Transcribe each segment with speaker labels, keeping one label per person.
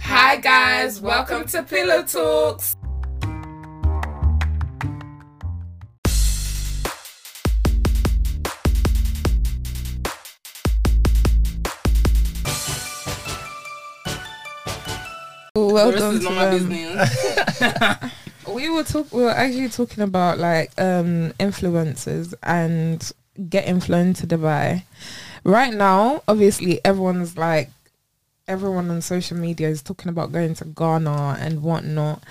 Speaker 1: Hi, guys, welcome to Pillow Talks.
Speaker 2: This
Speaker 1: Welcome
Speaker 2: is
Speaker 1: to
Speaker 2: not my
Speaker 1: um,
Speaker 2: business.
Speaker 1: we were talk we were actually talking about like um influencers and getting flown to Dubai. Right now, obviously everyone's like everyone on social media is talking about going to Ghana and whatnot.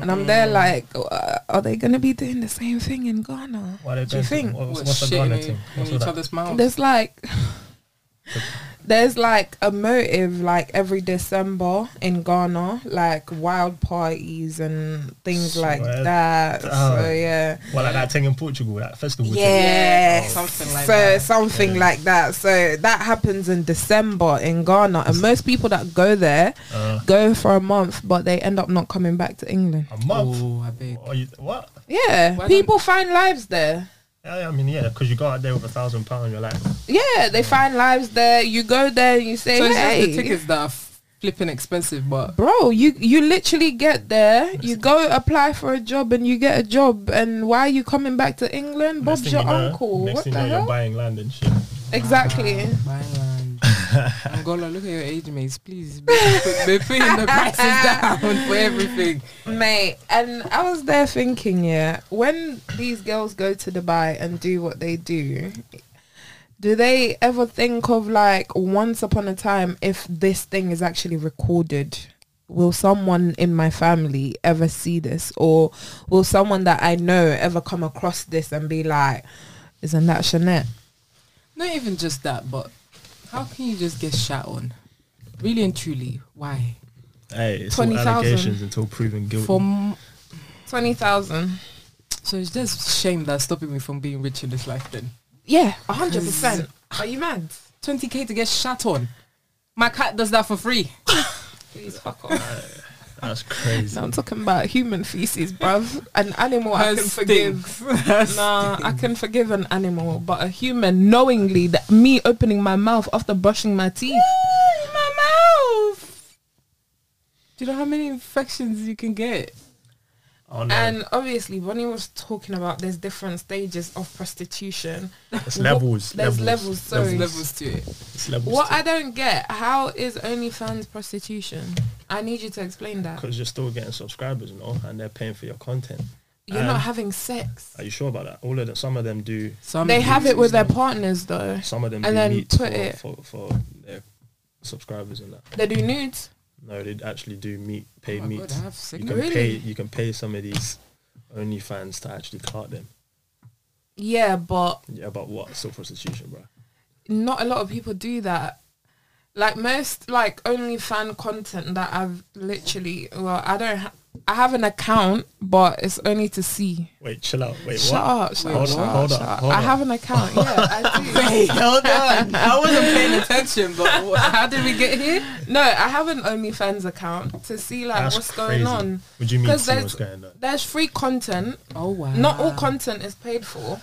Speaker 1: And I'm there like uh, are they gonna be doing the same thing in Ghana?
Speaker 3: What are
Speaker 1: Do you think?
Speaker 2: We're
Speaker 3: What's, what's the
Speaker 2: shitting
Speaker 3: Ghana
Speaker 2: in-
Speaker 3: team?
Speaker 2: in
Speaker 3: What's all
Speaker 2: each
Speaker 3: that?
Speaker 2: other's mouth.
Speaker 1: There's like there's like a motive like every December in Ghana, like wild parties and things like
Speaker 3: Swear.
Speaker 1: that. So
Speaker 3: Oh.
Speaker 1: yeah.
Speaker 3: Well, like that thing in Portugal, that festival. Thing.
Speaker 1: Yeah,
Speaker 2: Yeah, something like
Speaker 1: Oh. so
Speaker 2: that.
Speaker 1: something like that. So that happens in December in Ghana, and most people that go there
Speaker 3: Uh,
Speaker 1: go for a month, but they end up not coming back to England.
Speaker 3: a month.
Speaker 2: Oh, I beg.
Speaker 3: Are you, what?
Speaker 1: Yeah,
Speaker 2: Why
Speaker 1: people find lives there.
Speaker 3: Yeah, I mean, yeah, because you go out there with a thousand pounds, you're like,
Speaker 1: Yeah, they find lives there. You go there, and you say,
Speaker 2: So it's
Speaker 1: "Hey,
Speaker 2: just the tickets that are flipping expensive, but
Speaker 1: bro, you you literally get there. You go apply for a job, and you get a job. And why are you coming back to England?
Speaker 3: next
Speaker 1: Bob's
Speaker 3: thing
Speaker 1: your
Speaker 3: you know,
Speaker 1: uncle.
Speaker 3: Next
Speaker 1: What the
Speaker 3: thing you know, you're
Speaker 1: hell?
Speaker 3: buying land and shit.
Speaker 1: Exactly.
Speaker 2: Buy land. Ah, Angola, look at your age mates, please. They're putting the prices down for everything.
Speaker 1: Mate, and I was there thinking, yeah, when these girls go to Dubai and do what they do, do they ever think of like once upon a time if this thing is actually recorded? Will someone in my family ever see this? Or will someone that I know ever come across this and be like, isn't that Shanette?
Speaker 2: Not even just that, but how can you just get shot on? Really and truly, why?
Speaker 3: Hey, it's
Speaker 1: all 20,000. allegations
Speaker 3: until proven
Speaker 2: From
Speaker 1: 20,000.
Speaker 2: so it's just shame that's stopping me from being rich in this life. Then
Speaker 1: Yeah, 100%. Are you mad?
Speaker 2: twenty k to get shot on. My cat does that for free.
Speaker 1: Please fuck off.
Speaker 3: That's crazy.
Speaker 1: No, I'm talking about human feces, bruv. An animal I
Speaker 2: Her
Speaker 1: can
Speaker 2: stinks.
Speaker 1: forgive.
Speaker 2: Her
Speaker 1: Nah, I can forgive an animal, but a human knowingly that me opening my mouth after brushing my teeth.
Speaker 2: Ooh, my mouth. Do you know how many infections you can get?
Speaker 3: Oh, no.
Speaker 1: And obviously, Bonnie was talking about there's different stages of prostitution.
Speaker 3: it's
Speaker 1: what-
Speaker 3: levels.
Speaker 1: there's levels, sorry.
Speaker 2: There's levels to it.
Speaker 3: It's levels.
Speaker 1: What I don't get, how is OnlyFans prostitution? I need you to explain that.
Speaker 3: Because you're still getting subscribers, you know, and they're paying for your content.
Speaker 1: You're
Speaker 3: um,
Speaker 1: not having sex.
Speaker 3: Are you sure about that? All of them, some of them do,
Speaker 2: Some
Speaker 1: They
Speaker 2: do.
Speaker 1: have it with their partners though.
Speaker 3: some of them
Speaker 1: And
Speaker 3: do
Speaker 1: then
Speaker 3: meet
Speaker 1: put
Speaker 3: for,
Speaker 1: it-
Speaker 3: for, for their subscribers and that.
Speaker 1: They do nudes.
Speaker 3: No, they actually do meet, pay
Speaker 2: Oh my
Speaker 3: meat.
Speaker 2: God, I have
Speaker 3: you
Speaker 2: sick-
Speaker 3: can
Speaker 1: Really?
Speaker 3: pay, you can pay some of these OnlyFans to actually cart them.
Speaker 1: Yeah, but
Speaker 3: Yeah, about what? Still prostitution, bro.
Speaker 1: not a lot of people do that. Like most like only fan content that I've literally well I don't ha- I have an account but it's only to see.
Speaker 3: Wait, chill out. Wait,
Speaker 1: Shut
Speaker 3: what?
Speaker 1: up, shut
Speaker 3: Hold
Speaker 1: up, shut
Speaker 3: on,
Speaker 1: up,
Speaker 3: hold
Speaker 1: shut
Speaker 3: on,
Speaker 1: up.
Speaker 3: hold
Speaker 1: I
Speaker 3: on.
Speaker 1: have an account, yeah, I do.
Speaker 2: Hold on. I wasn't paying attention, but wha- how did we get here?
Speaker 1: no, I have an OnlyFans account to see like
Speaker 3: That's
Speaker 1: what's
Speaker 3: crazy.
Speaker 1: going on.
Speaker 3: Would you mean
Speaker 1: Because
Speaker 3: see
Speaker 1: there's-
Speaker 3: what's going on?
Speaker 1: There's free content.
Speaker 2: Oh wow.
Speaker 1: Not all content is paid for.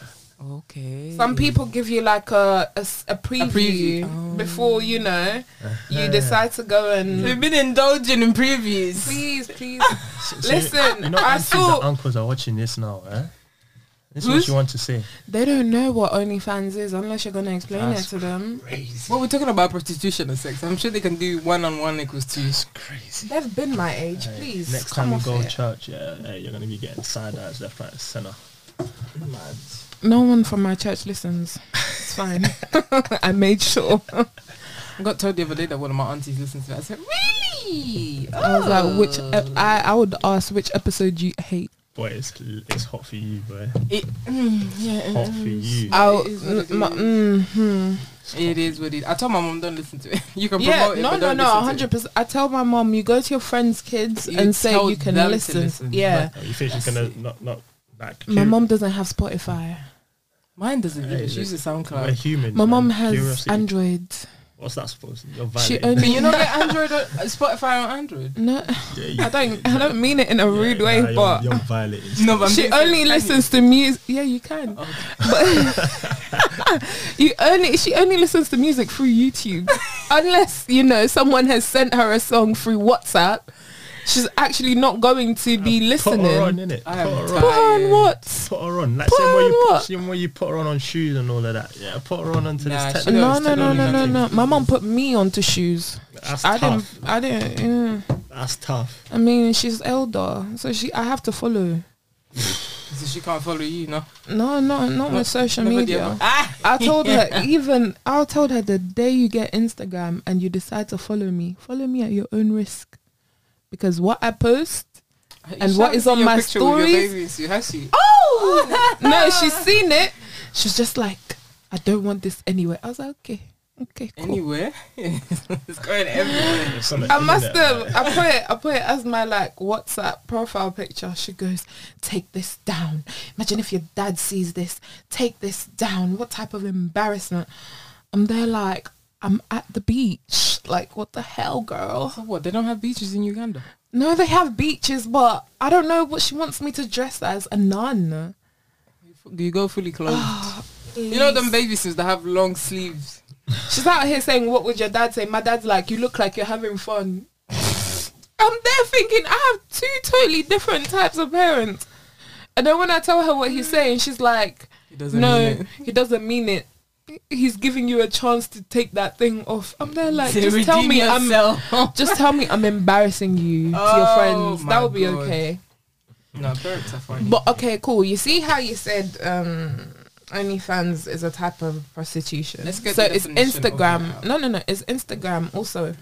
Speaker 2: Okay.
Speaker 1: Some people give you like a a, s- a preview,
Speaker 2: Oh.
Speaker 1: before you know you decide to go and
Speaker 2: We've been indulging in previews.
Speaker 1: please, please.
Speaker 3: So- so you-
Speaker 1: Listen,
Speaker 3: you know,
Speaker 1: I
Speaker 3: aunties
Speaker 1: saw
Speaker 3: and uncles are watching this now, eh? This is
Speaker 2: Who's-
Speaker 3: what you want to say.
Speaker 1: They don't know what OnlyFans is unless you're going to explain
Speaker 3: That's
Speaker 1: it to them.
Speaker 3: Crazy.
Speaker 2: Well, we're talking about prostitution and sex. I'm sure they can do one on one equals two.
Speaker 3: Crazy.
Speaker 1: They've been my age,
Speaker 3: Hey,
Speaker 1: please.
Speaker 3: Next
Speaker 1: come
Speaker 3: time you
Speaker 1: off
Speaker 3: go
Speaker 1: it.
Speaker 3: to church, yeah, hey, you're gonna be getting side eyes left, right, and center. Mad.
Speaker 1: no one from my church listens. It's fine. I made sure.
Speaker 2: I got told the other day that one of my aunties listens to it. I said, really?
Speaker 1: I was like, which
Speaker 2: Oh.
Speaker 1: ep- I I would ask which episode you hate.
Speaker 3: Boy, it's it's hot for you, boy.
Speaker 2: It, mm, yeah,
Speaker 3: Hot for you.
Speaker 1: I'll,
Speaker 2: is what it
Speaker 1: mm, my-
Speaker 2: is.
Speaker 1: mhm.
Speaker 2: It is what it is. I told my mom, don't listen to it. You can
Speaker 1: Yeah,
Speaker 2: promote it.
Speaker 1: no,
Speaker 2: but
Speaker 1: no,
Speaker 2: don't
Speaker 1: no,
Speaker 2: listen to it.
Speaker 1: hundred percent. I tell my mom, you go to your friends' kids
Speaker 2: You
Speaker 1: and say
Speaker 2: tell
Speaker 1: you can
Speaker 2: them to
Speaker 1: listen.
Speaker 2: listen,
Speaker 1: Yeah,
Speaker 3: Oh, you think she's
Speaker 2: That's
Speaker 3: gonna
Speaker 2: it.
Speaker 3: not not like
Speaker 1: my
Speaker 3: curi-
Speaker 1: mom doesn't have Spotify.
Speaker 2: Mine doesn't give
Speaker 3: Hey,
Speaker 2: it. She uses
Speaker 3: We're
Speaker 2: SoundCloud.
Speaker 3: human.
Speaker 1: My mom has
Speaker 3: Curiosity.
Speaker 1: Android.
Speaker 3: What's that supposed? to You're
Speaker 1: She
Speaker 3: violating.
Speaker 1: only
Speaker 2: Can you not get Android
Speaker 1: uh,
Speaker 2: on Spotify on Android?
Speaker 1: no.
Speaker 3: Yeah,
Speaker 1: I
Speaker 3: you-
Speaker 1: don't. I don't mean it in a
Speaker 3: yeah,
Speaker 1: rude
Speaker 3: nah,
Speaker 1: way,
Speaker 3: you're-
Speaker 1: but
Speaker 3: you're violating.
Speaker 2: No, but I'm
Speaker 1: she
Speaker 2: being serious.
Speaker 1: only
Speaker 2: Can you?
Speaker 1: listens to music. Yeah, you can.
Speaker 3: Oh.
Speaker 2: Okay.
Speaker 1: But you only she only listens to music through YouTube. unless you know someone has sent her a song through WhatsApp, she's actually not going to be
Speaker 3: Put her on,
Speaker 1: listening.
Speaker 3: innit? Put
Speaker 2: I am
Speaker 3: her
Speaker 1: Put
Speaker 3: on.
Speaker 2: tired.
Speaker 1: her on
Speaker 2: Yeah.
Speaker 1: what?
Speaker 3: Put her on. Like
Speaker 1: Put
Speaker 3: same
Speaker 1: her
Speaker 3: way
Speaker 1: on
Speaker 3: you
Speaker 1: what?
Speaker 3: put, same way you put her on on shoes and all of that. Yeah, put her on until
Speaker 2: Nah,
Speaker 3: it's
Speaker 2: she
Speaker 3: ten.
Speaker 1: No,
Speaker 2: knows
Speaker 1: no, no, no, no, no. My mom put me onto shoes.
Speaker 3: That's
Speaker 1: I didn't.
Speaker 3: tough.
Speaker 1: I didn't. mm.
Speaker 3: That's tough.
Speaker 1: I mean, she's elder, so she. I have to follow.
Speaker 2: So she can't follow you, no?
Speaker 1: No, no, not
Speaker 2: No,
Speaker 1: with social
Speaker 2: nobody
Speaker 1: media.
Speaker 2: ever- Ah!
Speaker 1: I told her even I told her the day you get Instagram and you decide to follow me, follow me at your own risk. Because what I post
Speaker 2: You
Speaker 1: And
Speaker 2: should
Speaker 1: what
Speaker 2: have
Speaker 1: is
Speaker 2: seen
Speaker 1: on
Speaker 2: your
Speaker 1: my
Speaker 2: picture with your
Speaker 1: stories?
Speaker 2: baby in suit, has she?
Speaker 1: Oh no, she's seen it. She's just like, I don't want this anyway. I was like, Okay, okay, cool.
Speaker 2: Anywhere? it's going everywhere.
Speaker 3: It's on the
Speaker 1: I must have.
Speaker 3: internet, like,
Speaker 1: I put it. I put it as my like WhatsApp profile picture. She goes, "Take this down. Imagine if your dad sees this. Take this down. What type of embarrassment?" I'm there like I'm at the beach. Like what the hell, girl?
Speaker 2: So what? They don't have beaches in Uganda.
Speaker 1: No, they have beaches, but I don't know what she wants me to dress as a nun.
Speaker 2: Do you go
Speaker 1: Oh,
Speaker 2: fully clothed? you know them
Speaker 1: Please.
Speaker 2: baby suits that have long sleeves.
Speaker 1: She's out here saying, "What would your dad say?" My dad's like, "You look like you're having fun." I'm there thinking, I have two totally different types of parents, and then when I tell her what he's saying, she's like,
Speaker 2: It doesn't
Speaker 1: "No,
Speaker 2: mean it.
Speaker 1: he doesn't mean it. He's giving you a chance to take that thing off." I'm there like,
Speaker 2: To
Speaker 1: "Just tell
Speaker 2: redeem
Speaker 1: me I'm."
Speaker 2: yourself.
Speaker 1: Just tell me I'm embarrassing you to your
Speaker 2: Oh
Speaker 1: friends.
Speaker 2: my
Speaker 1: That would be
Speaker 2: God.
Speaker 1: okay.
Speaker 2: no, parents are funny.
Speaker 1: But okay, cool. You see how you said um OnlyFans is a type of prostitution.
Speaker 2: Let's get
Speaker 1: so
Speaker 2: the
Speaker 1: it's
Speaker 2: definition of
Speaker 1: Instagram.
Speaker 2: that.
Speaker 1: No, no, no. It's Instagram also.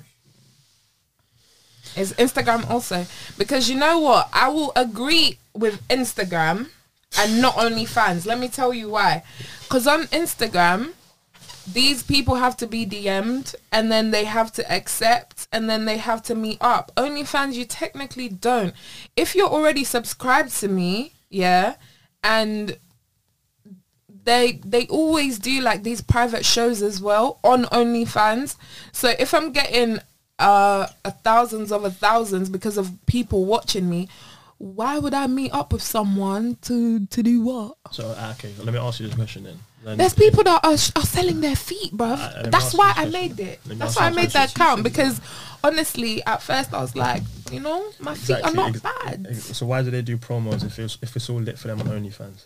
Speaker 1: It's Instagram also because you know what? I will agree with Instagram and not OnlyFans. Let me tell you why. Because on Instagram, these people have to be DM'd and then they have to accept and then they have to meet up. OnlyFans, you technically don't. If you're already subscribed to me, yeah, and they they always do like these private shows as well on OnlyFans. So if I'm getting uh a thousands of a thousands because of people watching me, why would I meet up with someone to to do what?
Speaker 3: So ah, okay, let me ask you this question then. Then-
Speaker 1: There's people that are, are selling their feet, bruv.
Speaker 3: Uh, let me
Speaker 1: That's
Speaker 3: ask
Speaker 1: why
Speaker 3: you
Speaker 1: I
Speaker 3: this
Speaker 1: made
Speaker 3: question.
Speaker 1: it.
Speaker 3: Let me
Speaker 1: That's
Speaker 3: ask
Speaker 1: why I
Speaker 3: you
Speaker 1: made
Speaker 3: this
Speaker 1: that
Speaker 3: question.
Speaker 1: count because honestly, at first I was like, you know, my feet
Speaker 3: Exactly,
Speaker 1: are
Speaker 3: ex-
Speaker 1: not bad.
Speaker 3: ex- So why do they do promos if it's if it's all lit for them on OnlyFans?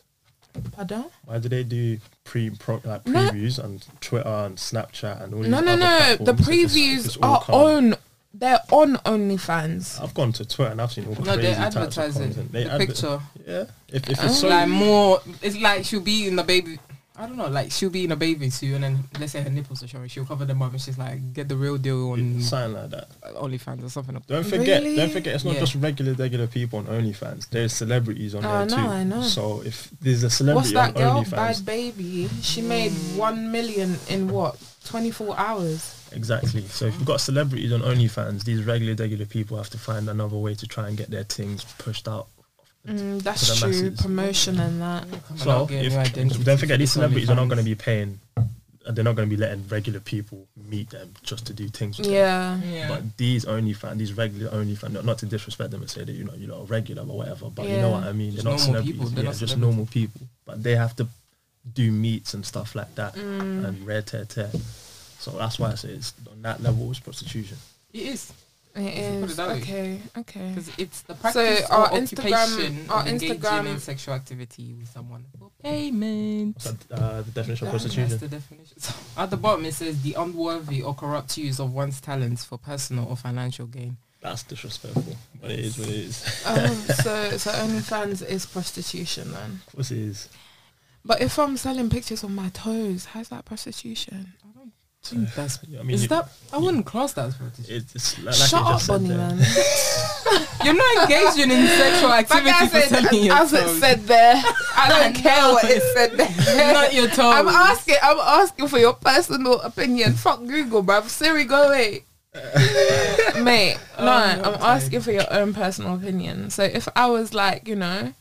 Speaker 1: Pardon?
Speaker 3: Why do they do pre pro, like
Speaker 1: No.
Speaker 3: previews on Twitter and Snapchat and all? these
Speaker 1: No, no,
Speaker 3: other
Speaker 1: no. The
Speaker 3: platforms if it's- if
Speaker 1: previews
Speaker 3: it's all
Speaker 1: are
Speaker 3: come?
Speaker 1: on. They're on OnlyFans.
Speaker 3: I've gone to Twitter and I've seen all the
Speaker 2: no,
Speaker 3: crazy
Speaker 2: they
Speaker 3: types of
Speaker 2: advertise
Speaker 3: content.
Speaker 2: it.
Speaker 3: They
Speaker 2: the
Speaker 3: adver-
Speaker 2: picture.
Speaker 3: Yeah, if,
Speaker 1: Oh.
Speaker 3: if it's so
Speaker 2: like more. It's like she'll be in the baby. I don't know. Like she'll be in a bathing suit, and then let's say her nipples are showing. She'll cover them up, and she's like, "Get the real deal on
Speaker 3: something like that.
Speaker 2: OnlyFans or something."
Speaker 3: Don't forget,
Speaker 1: Really?
Speaker 3: don't forget, it's not
Speaker 2: Yeah.
Speaker 3: just regular, regular people on OnlyFans. There's celebrities on
Speaker 1: Oh,
Speaker 3: there
Speaker 1: I know,
Speaker 3: too.
Speaker 1: I know.
Speaker 3: So if there's a
Speaker 1: What's
Speaker 3: celebrity
Speaker 1: that
Speaker 3: on
Speaker 1: girl?
Speaker 3: OnlyFans,
Speaker 1: Bad baby. She made one million in what? Twenty four hours.
Speaker 3: exactly. So if you've got celebrities on OnlyFans, these regular, regular people have to find another way to try and get their things pushed out.
Speaker 1: Mm,
Speaker 3: For
Speaker 1: that's
Speaker 3: the
Speaker 1: true.
Speaker 3: masses.
Speaker 1: Promotion and that.
Speaker 3: So if, don't forget, these celebrities are not going to be paying, and they're not going to be letting regular people meet them just to do things with them.
Speaker 1: Yeah.
Speaker 2: Yeah.
Speaker 3: But these OnlyFans, these regular OnlyFans, not, not to disrespect them and say that you know you lot are regular or whatever, but you know
Speaker 1: Yeah.
Speaker 3: what I mean.
Speaker 2: Just
Speaker 3: they're not
Speaker 2: normal
Speaker 3: celebrities,
Speaker 2: people, they're
Speaker 3: yeah,
Speaker 2: not
Speaker 3: just
Speaker 2: celebrities.
Speaker 3: normal people. But they have to do meets and stuff like that
Speaker 1: Mm-hmm. Mm,
Speaker 3: and rare tear tear. So that's why I say it's on that level it's prostitution.
Speaker 2: It is
Speaker 1: It
Speaker 2: Put it
Speaker 1: is.
Speaker 2: that way.
Speaker 1: Okay. Okay.
Speaker 2: because it's the practice
Speaker 1: our
Speaker 2: or
Speaker 1: Instagram-
Speaker 2: occupation
Speaker 1: our
Speaker 2: of engaging
Speaker 1: Instagram-
Speaker 2: in sexual activity with someone for payment.
Speaker 3: So, uh, the definition of
Speaker 2: That's
Speaker 3: prostitution.
Speaker 2: the definition. So, at the bottom it says the unworthy or corrupt use of one's talents for personal or financial gain.
Speaker 3: That's disrespectful, but it is what it is.
Speaker 1: Oh, so so OnlyFans is prostitution then.
Speaker 3: Of course it is.
Speaker 1: But if I'm selling pictures of my toes, how's that prostitution?
Speaker 2: I think that's-
Speaker 3: You know what I mean,
Speaker 2: is
Speaker 3: You-
Speaker 2: that I wouldn't class that as prostitution.
Speaker 3: It's, it's like, like
Speaker 1: Shut
Speaker 3: you
Speaker 1: up,
Speaker 3: just said
Speaker 1: Bonnie
Speaker 3: there.
Speaker 1: man.
Speaker 2: You're not engaging in sexual activity
Speaker 1: Like I
Speaker 2: for
Speaker 1: said,
Speaker 2: selling your
Speaker 1: as it
Speaker 2: toes.
Speaker 1: said there, I don't care what it said there.
Speaker 2: not your toes.
Speaker 1: I'm asking. I'm asking for your personal opinion. Fuck Google, bruv. Siri, go away. Mate,
Speaker 2: Oh,
Speaker 1: no,
Speaker 2: I'm
Speaker 1: I'm
Speaker 2: tired.
Speaker 1: asking for your own personal opinion. So if I was like, you know,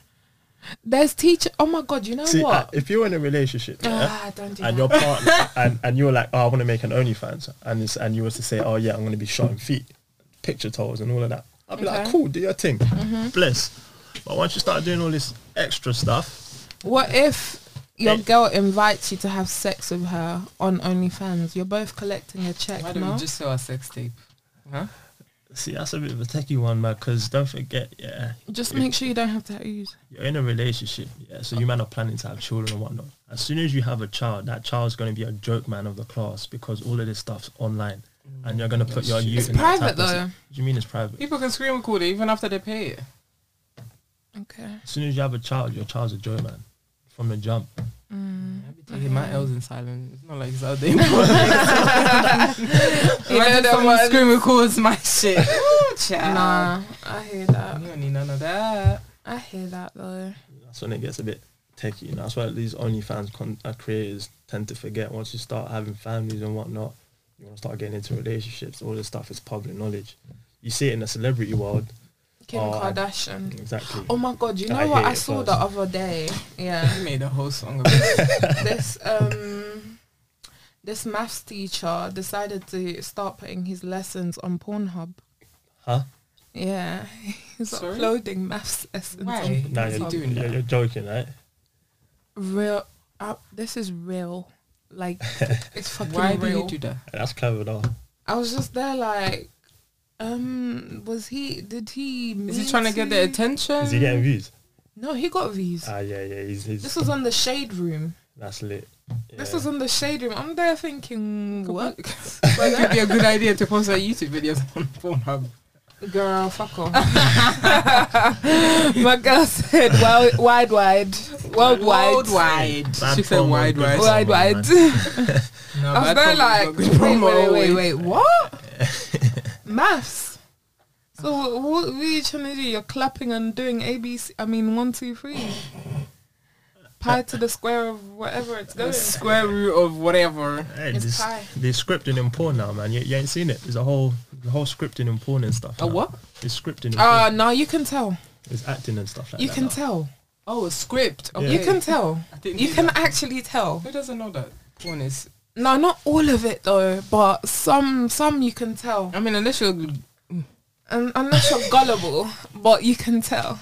Speaker 1: there's teacher. Oh my god, you know
Speaker 3: See, uh,
Speaker 1: what?
Speaker 3: if you're in a relationship, yeah,
Speaker 1: ah, don't do
Speaker 3: and
Speaker 1: that.
Speaker 3: your partner and, and you're like, oh, I want to make an OnlyFans, and it's, and you was to say, oh yeah, I'm going to be showing feet, picture toes, and all of that. I'd be like,
Speaker 1: Okay. Mm-hmm.
Speaker 3: cool, do your thing, bless. But once you start doing all this extra stuff,
Speaker 1: What if your
Speaker 3: Hey.
Speaker 1: girl invites you to have sex with her on OnlyFans, you're both collecting a check,
Speaker 2: Why don't
Speaker 1: no?
Speaker 2: you just sell a sex tape? Huh?
Speaker 3: See, that's a bit of a techie one, man. Because don't forget, yeah,
Speaker 1: Just make sure you don't have tattoos.
Speaker 3: you're in a relationship, yeah. So you man are planning to have children and whatnot. As soon as you have a child, that child's going to be a joke man of the class because all of this stuff's online, and you're going to put your
Speaker 2: It's
Speaker 3: youth.
Speaker 1: It's
Speaker 3: in that
Speaker 1: private
Speaker 3: type of-
Speaker 1: though.
Speaker 3: What do you mean it's private?
Speaker 2: People can scream and call it even after they pay it.
Speaker 1: Okay.
Speaker 3: As soon as you have a child, your child's a joke man from the jump.
Speaker 1: Mm.
Speaker 2: I be taking my L's in silence. It's not like it's out there. Imagine
Speaker 1: the
Speaker 2: someone
Speaker 1: one-
Speaker 2: screaming calls my shit. Ooh, child.
Speaker 1: Nah, I hear that.
Speaker 2: You don't need none of that.
Speaker 1: I hear that though.
Speaker 3: That's when it gets a bit techie. And that's why these OnlyFans con- uh, creators tend to forget. Once you start having families and whatnot, you want to start getting into relationships. All this stuff is public knowledge. You see it in the celebrity world.
Speaker 1: Kim
Speaker 3: Oh, I-
Speaker 1: Kardashian.
Speaker 3: Exactly.
Speaker 1: Oh my god, you know
Speaker 3: I
Speaker 1: what
Speaker 3: hear
Speaker 1: I
Speaker 3: it
Speaker 1: saw
Speaker 3: first.
Speaker 1: the other day? Yeah.
Speaker 2: You made a whole song about it.
Speaker 1: this um this maths teacher decided to start putting his lessons on Pornhub.
Speaker 3: Huh?
Speaker 1: Yeah, he's
Speaker 2: Sorry?
Speaker 1: uploading maths lessons.
Speaker 2: Why?
Speaker 1: On
Speaker 3: Now
Speaker 2: What's he
Speaker 3: you're,
Speaker 2: doing
Speaker 3: you're,
Speaker 2: now?
Speaker 3: you're joking, right?
Speaker 1: real, uh, this is real. Like it's fucking
Speaker 2: Why do
Speaker 1: real.
Speaker 2: you do that?
Speaker 3: That's clever though.
Speaker 1: I was just there, like, um, was he? Did he?
Speaker 2: Is
Speaker 1: mean
Speaker 2: he trying to get the attention?
Speaker 3: Is he getting views?
Speaker 1: No, he got views.
Speaker 3: Ah, yeah, yeah. He's, he's
Speaker 1: this was on the shade room.
Speaker 3: that's lit. Yeah.
Speaker 1: This was on the shade room. I'm there thinking, what?
Speaker 2: Well, it could be a good idea to post our YouTube videos on Pornhub.
Speaker 1: Girl, fuck off. My girl said, well, wide, wide, worldwide.
Speaker 2: Worldwide.
Speaker 3: Bad
Speaker 2: She said
Speaker 3: promo,
Speaker 2: wide,
Speaker 3: good
Speaker 2: wide.
Speaker 3: promo,
Speaker 1: Wide,
Speaker 3: man.
Speaker 1: wide.
Speaker 2: No,
Speaker 1: I was
Speaker 2: bad
Speaker 1: there
Speaker 2: promo,
Speaker 1: like,
Speaker 2: not good
Speaker 1: wait, wait,
Speaker 2: promo.
Speaker 1: wait, wait, what? Maths. So wh- what are you trying to do? You're clapping and doing ABC, I mean, one, two, three. Pi to the square of whatever it's
Speaker 2: The
Speaker 1: going.
Speaker 2: square root of whatever.
Speaker 3: Hey,
Speaker 1: It's
Speaker 3: this,
Speaker 1: pie.
Speaker 3: the scripting in porn now, man. You, you ain't seen it. There's a whole, the whole scripting in porn and stuff.
Speaker 2: A
Speaker 3: now.
Speaker 2: what?
Speaker 3: It's scripting. In
Speaker 1: Ah,
Speaker 3: porn.
Speaker 1: no, you can tell.
Speaker 3: It's acting and stuff like
Speaker 1: You
Speaker 3: that.
Speaker 1: can
Speaker 3: now.
Speaker 1: tell.
Speaker 2: Oh, a script.
Speaker 3: Yeah.
Speaker 2: Okay.
Speaker 1: You can tell.
Speaker 2: I didn't
Speaker 1: You
Speaker 2: know
Speaker 1: can
Speaker 2: that.
Speaker 1: actually tell.
Speaker 2: Who doesn't know that? Porn is.
Speaker 1: No, not all of it though, but some some you can tell.
Speaker 2: I mean, unless you're.
Speaker 1: Un unless you're gullible, but you can tell.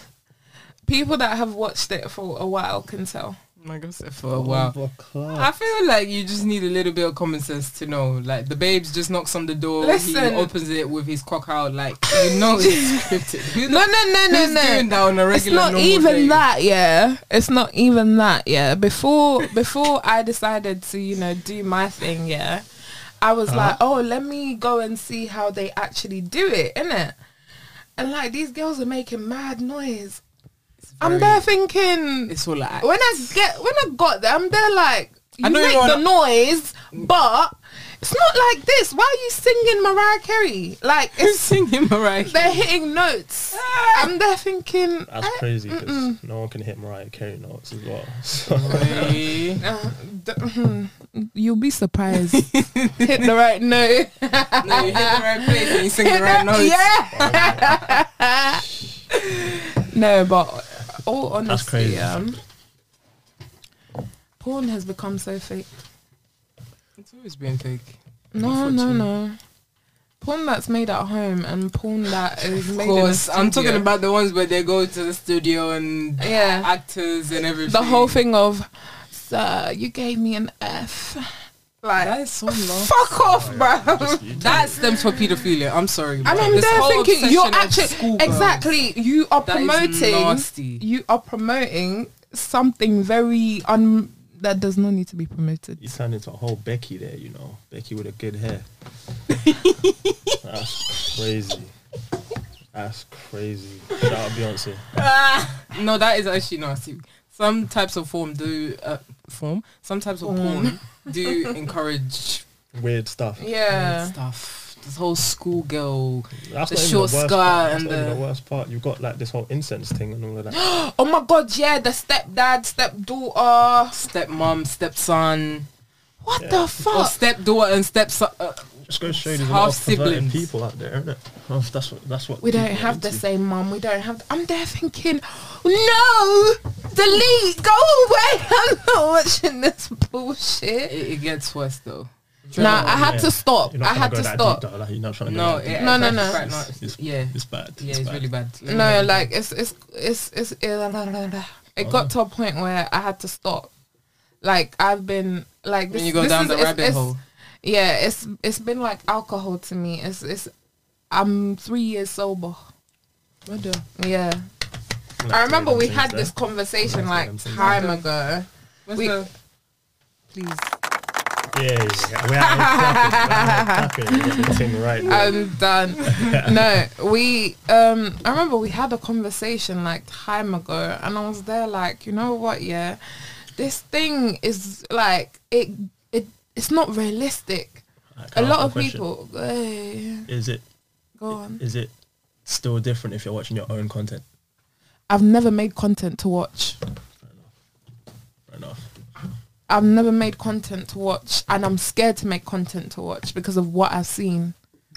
Speaker 1: People that have watched it for a while can tell.
Speaker 2: Like I said, for a while.
Speaker 3: Oh, fuck.
Speaker 2: I feel like you just need a little bit of common sense to know. Like the babes just knocks on the door, he
Speaker 1: Listen.
Speaker 2: opens it with his cock out. Like you know, it's scripted. Who
Speaker 1: No, no, no, no,
Speaker 2: who's doing
Speaker 1: no.
Speaker 2: that on a
Speaker 1: It's
Speaker 2: regular?
Speaker 1: not
Speaker 2: normal
Speaker 1: even
Speaker 2: day?
Speaker 1: that, yeah. It's not even that, yeah. Before before I decided to, you know, do my thing, yeah. I was
Speaker 2: Uh-huh.
Speaker 1: like, oh, let me go and see how they actually do it, innit? And like these girls are making mad noise.
Speaker 2: It's
Speaker 1: I'm
Speaker 2: very-
Speaker 1: there thinking
Speaker 2: It's all like
Speaker 1: when I get when I got there, I'm there like you
Speaker 2: I know
Speaker 1: make
Speaker 2: you're
Speaker 1: the
Speaker 2: on-
Speaker 1: noise, but it's not like this. Why are you singing Mariah Carey? Like
Speaker 2: who's
Speaker 1: it's
Speaker 2: singing Mariah.
Speaker 1: they're hitting notes.
Speaker 2: Ah.
Speaker 1: I'm there thinking
Speaker 3: That's
Speaker 1: eh,
Speaker 3: crazy because no one can hit Mariah Carey notes as well. So
Speaker 2: Carey?
Speaker 1: uh, d- you'll be surprised. Hit the right note.
Speaker 2: no, you hit the right place and you sing the
Speaker 1: Hit
Speaker 2: right
Speaker 1: that-
Speaker 2: notes.
Speaker 1: yeah. no, but all honesty,
Speaker 3: That's crazy.
Speaker 1: Um, porn has become so fake.
Speaker 2: It's always been fake.
Speaker 1: No, no,
Speaker 2: Unfortunately.
Speaker 1: no. Porn that's made at home and porn that is
Speaker 2: Of
Speaker 1: made
Speaker 2: course,
Speaker 1: in a
Speaker 2: I'm talking
Speaker 1: studio.
Speaker 2: about the ones where they go to the studio and
Speaker 1: Yeah.
Speaker 2: actors and everything.
Speaker 1: the whole thing of, sir, you gave me an F. Like,
Speaker 2: That is so long.
Speaker 1: fuck off, bruv.
Speaker 2: That stems for pedophilia. I'm sorry.
Speaker 1: And
Speaker 2: bro.
Speaker 1: I'm
Speaker 2: This
Speaker 1: there
Speaker 2: whole
Speaker 1: thinking
Speaker 2: obsession
Speaker 1: you're
Speaker 2: of
Speaker 1: actually
Speaker 2: schoolgirls,
Speaker 1: exactly you are
Speaker 2: That is
Speaker 1: promoting
Speaker 2: nasty.
Speaker 1: you are promoting something very un that does not need to be promoted.
Speaker 3: you turned into a whole Becky there, you know. Becky with a good hair. That's crazy. That's crazy. Shout out Beyonce.
Speaker 2: No, that is actually nasty. Some types of form do uh, form. Some types of porn do encourage
Speaker 3: Weird stuff.
Speaker 1: Yeah.
Speaker 2: stuff. This whole schoolgirl.
Speaker 3: That's
Speaker 2: The
Speaker 3: not even
Speaker 2: short
Speaker 3: the worst
Speaker 2: skirt
Speaker 3: part. That's
Speaker 2: and
Speaker 3: not even
Speaker 2: the-
Speaker 3: the worst part. You've got like this whole incense thing and all of that.
Speaker 1: Oh my god, yeah, the stepdad, stepdaughter.
Speaker 2: Stepmom, stepson,
Speaker 1: What
Speaker 3: Yeah.
Speaker 1: the
Speaker 2: or
Speaker 1: fuck?
Speaker 2: stepdaughter and stepson. Uh,
Speaker 3: Just go show you there's a
Speaker 2: Half
Speaker 3: lot of perverted
Speaker 2: siblings.
Speaker 3: people out there, isn't it? that's what that's what
Speaker 1: we don't
Speaker 3: people are
Speaker 1: have the
Speaker 3: into.
Speaker 1: same mum. We don't have. I'm there thinking, no, delete, go away. I'm not watching this
Speaker 2: it,
Speaker 1: bullshit.
Speaker 2: it gets worse though.
Speaker 1: Nah, I had
Speaker 3: yeah.
Speaker 1: to stop.
Speaker 3: You're
Speaker 1: I
Speaker 3: not
Speaker 1: had
Speaker 3: trying
Speaker 1: to
Speaker 3: go that
Speaker 1: stop.
Speaker 3: Deep, though, like, you're not trying to
Speaker 2: No,
Speaker 3: go that
Speaker 2: it-
Speaker 1: No, no,
Speaker 2: it's
Speaker 1: no.
Speaker 2: quite
Speaker 3: deep.
Speaker 2: not-
Speaker 3: It's,
Speaker 2: yeah,
Speaker 3: it's bad.
Speaker 2: yeah, it's,
Speaker 3: bad.
Speaker 2: really bad. Let me
Speaker 1: No,
Speaker 2: know.
Speaker 1: like it's it's it's it's it got to a point where I had to stop. Like I've been like
Speaker 2: When you go down the
Speaker 1: it's-
Speaker 2: rabbit
Speaker 1: it's-
Speaker 2: hole.
Speaker 1: Yeah, it's it's been like alcohol to me. It's it's I'm three years sober. Yeah, I remember we had this conversation
Speaker 3: Let's
Speaker 1: like
Speaker 3: do them
Speaker 1: time ago.
Speaker 2: Where's
Speaker 1: We-
Speaker 2: the- please.
Speaker 3: Yeah, yeah, yeah. We're out here clapping. We're out here clapping. We got the thing right. there.
Speaker 1: I'm done. no, we. Um, I remember we had a conversation like time ago, and I was there like, you know what? Yeah, this thing is like it. It it's not realistic.
Speaker 3: Alright,
Speaker 1: A
Speaker 3: can I
Speaker 1: lot
Speaker 3: ask
Speaker 1: of
Speaker 3: a question?
Speaker 1: people. Hey,
Speaker 3: Is it
Speaker 1: go on.
Speaker 3: is it still different if you're watching your own content?
Speaker 1: I've never made content to watch.
Speaker 3: Fair enough.
Speaker 1: I've never made content to watch, and I'm scared to make content to watch because of what I've seen.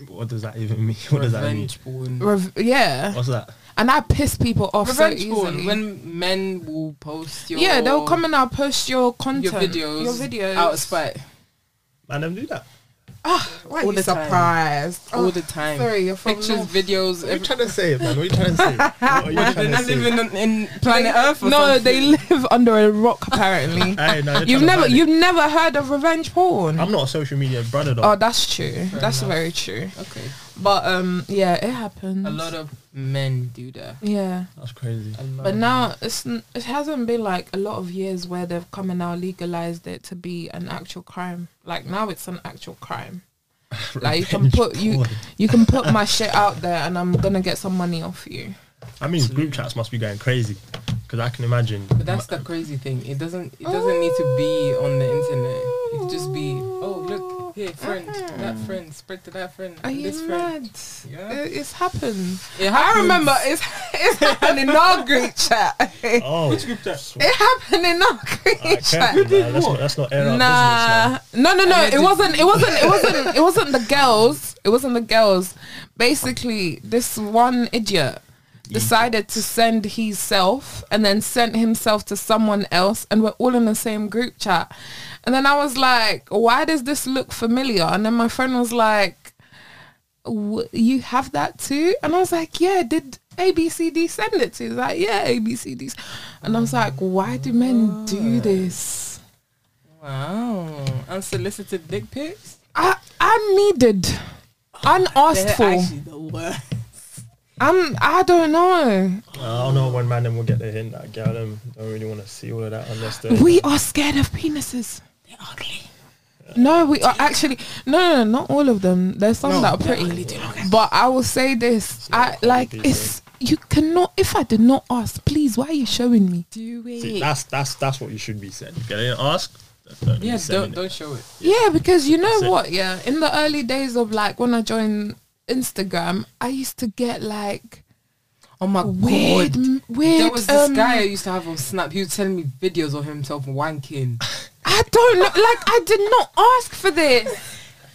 Speaker 3: What does that even mean? What does that mean?
Speaker 2: Revenge porn.
Speaker 1: Rev- yeah,
Speaker 3: What's that?
Speaker 1: and I piss people off
Speaker 2: Revenge
Speaker 1: so
Speaker 2: porn.
Speaker 1: easily.
Speaker 2: When men will post your
Speaker 1: yeah, they'll come and I'll post your content,
Speaker 2: your videos,
Speaker 1: your videos
Speaker 2: out of spite
Speaker 3: Man, them do that.
Speaker 1: Why
Speaker 2: all
Speaker 1: are you
Speaker 2: the time.
Speaker 1: surprised?
Speaker 2: all
Speaker 1: Oh,
Speaker 2: the time.
Speaker 1: sorry, you're from
Speaker 2: Pictures,
Speaker 1: North.
Speaker 2: videos.
Speaker 3: What are you
Speaker 2: Every-
Speaker 3: trying to say, man? What are you trying to say? What are you
Speaker 2: they're
Speaker 3: trying to
Speaker 2: not
Speaker 3: say?
Speaker 2: living on, in planet Earth. Or
Speaker 1: no,
Speaker 2: something.
Speaker 1: they live under a rock apparently.
Speaker 3: Hey, no,
Speaker 1: you've
Speaker 3: you're trying to
Speaker 1: never,
Speaker 3: find it.
Speaker 1: you've never heard of revenge porn.
Speaker 3: I'm not a social media brother though.
Speaker 1: oh, that's true. that's
Speaker 2: enough.
Speaker 1: very true.
Speaker 2: Okay,
Speaker 1: But um, yeah, it happens.
Speaker 2: a lot of men do that.
Speaker 1: yeah.
Speaker 3: That's crazy.
Speaker 2: A lot
Speaker 1: But
Speaker 2: of
Speaker 1: now it's n- it hasn't been like a lot of years where they've come and now legalized it to be an actual crime. Like now it's an actual crime. Like you can
Speaker 3: Revenge
Speaker 1: put you
Speaker 3: porn.
Speaker 1: you can put my shit out there and I'm gonna get some money off you.
Speaker 3: I mean, group chats must be going crazy because I can imagine.
Speaker 2: But that's the crazy thing. It doesn't. It doesn't need to be on the internet. It could just be. Oh look, here, friend, that friend, spread to that friend,
Speaker 1: Ah. Are you
Speaker 2: this friend.
Speaker 1: mad?
Speaker 2: Yeah.
Speaker 1: It, it's happened. I
Speaker 2: It happens.
Speaker 1: remember it's it's happened in our group chat. It
Speaker 3: oh, which group chat?
Speaker 1: happened in our group chat.
Speaker 3: That's not, that's not air out business.
Speaker 1: Nah, no, no, no.
Speaker 2: And
Speaker 1: It
Speaker 2: then-
Speaker 1: wasn't. It wasn't. It wasn't. It wasn't the girls. It wasn't the girls. Basically, this one idiot decided to send his self and then sent himself to someone else, and we're all in the same group chat. And then I was like, "Why does this look familiar?" And then my friend was like, "W- "You have that too?" And I was like, "Yeah." Did ABCD send it to? you?" He's like, "Yeah, ABCDs." And I was like, "Why do men do this?"
Speaker 2: Wow, unsolicited dick pics.
Speaker 1: I I'm needed,
Speaker 2: They're
Speaker 1: unasked for.
Speaker 2: actually the worst.
Speaker 1: I'm I don't know.
Speaker 3: Nah, Uh, I don't know when man them will get their hint. That girl them don't really want to see all of that unless they.
Speaker 1: We are scared of penises.
Speaker 2: They're ugly.
Speaker 1: No, we are actually no, no, no, not all of them. There's some
Speaker 2: No,
Speaker 1: that are
Speaker 2: they're
Speaker 1: pretty.
Speaker 2: ugly, they're ugly.
Speaker 1: But I will say this:
Speaker 3: not
Speaker 1: I
Speaker 3: quite
Speaker 1: like
Speaker 3: decent.
Speaker 1: it's. You cannot. If I did not ask, please, why are you showing me?
Speaker 2: Do
Speaker 3: See,
Speaker 2: it.
Speaker 3: that's that's that's what you should be saying. Get in, ask. Don't be
Speaker 2: Yeah, don't
Speaker 3: sending it.
Speaker 2: don't show it.
Speaker 1: Yeah, because you know
Speaker 3: That's it.
Speaker 1: what? Yeah, in the early days of like when I joined Instagram, I used to get like
Speaker 2: Oh my
Speaker 1: weird,
Speaker 2: god.
Speaker 1: weird.
Speaker 2: There was this
Speaker 1: um,
Speaker 2: guy I used to have on Snap. He was telling me videos of himself wanking.
Speaker 1: I don't know. Like I did not ask for this.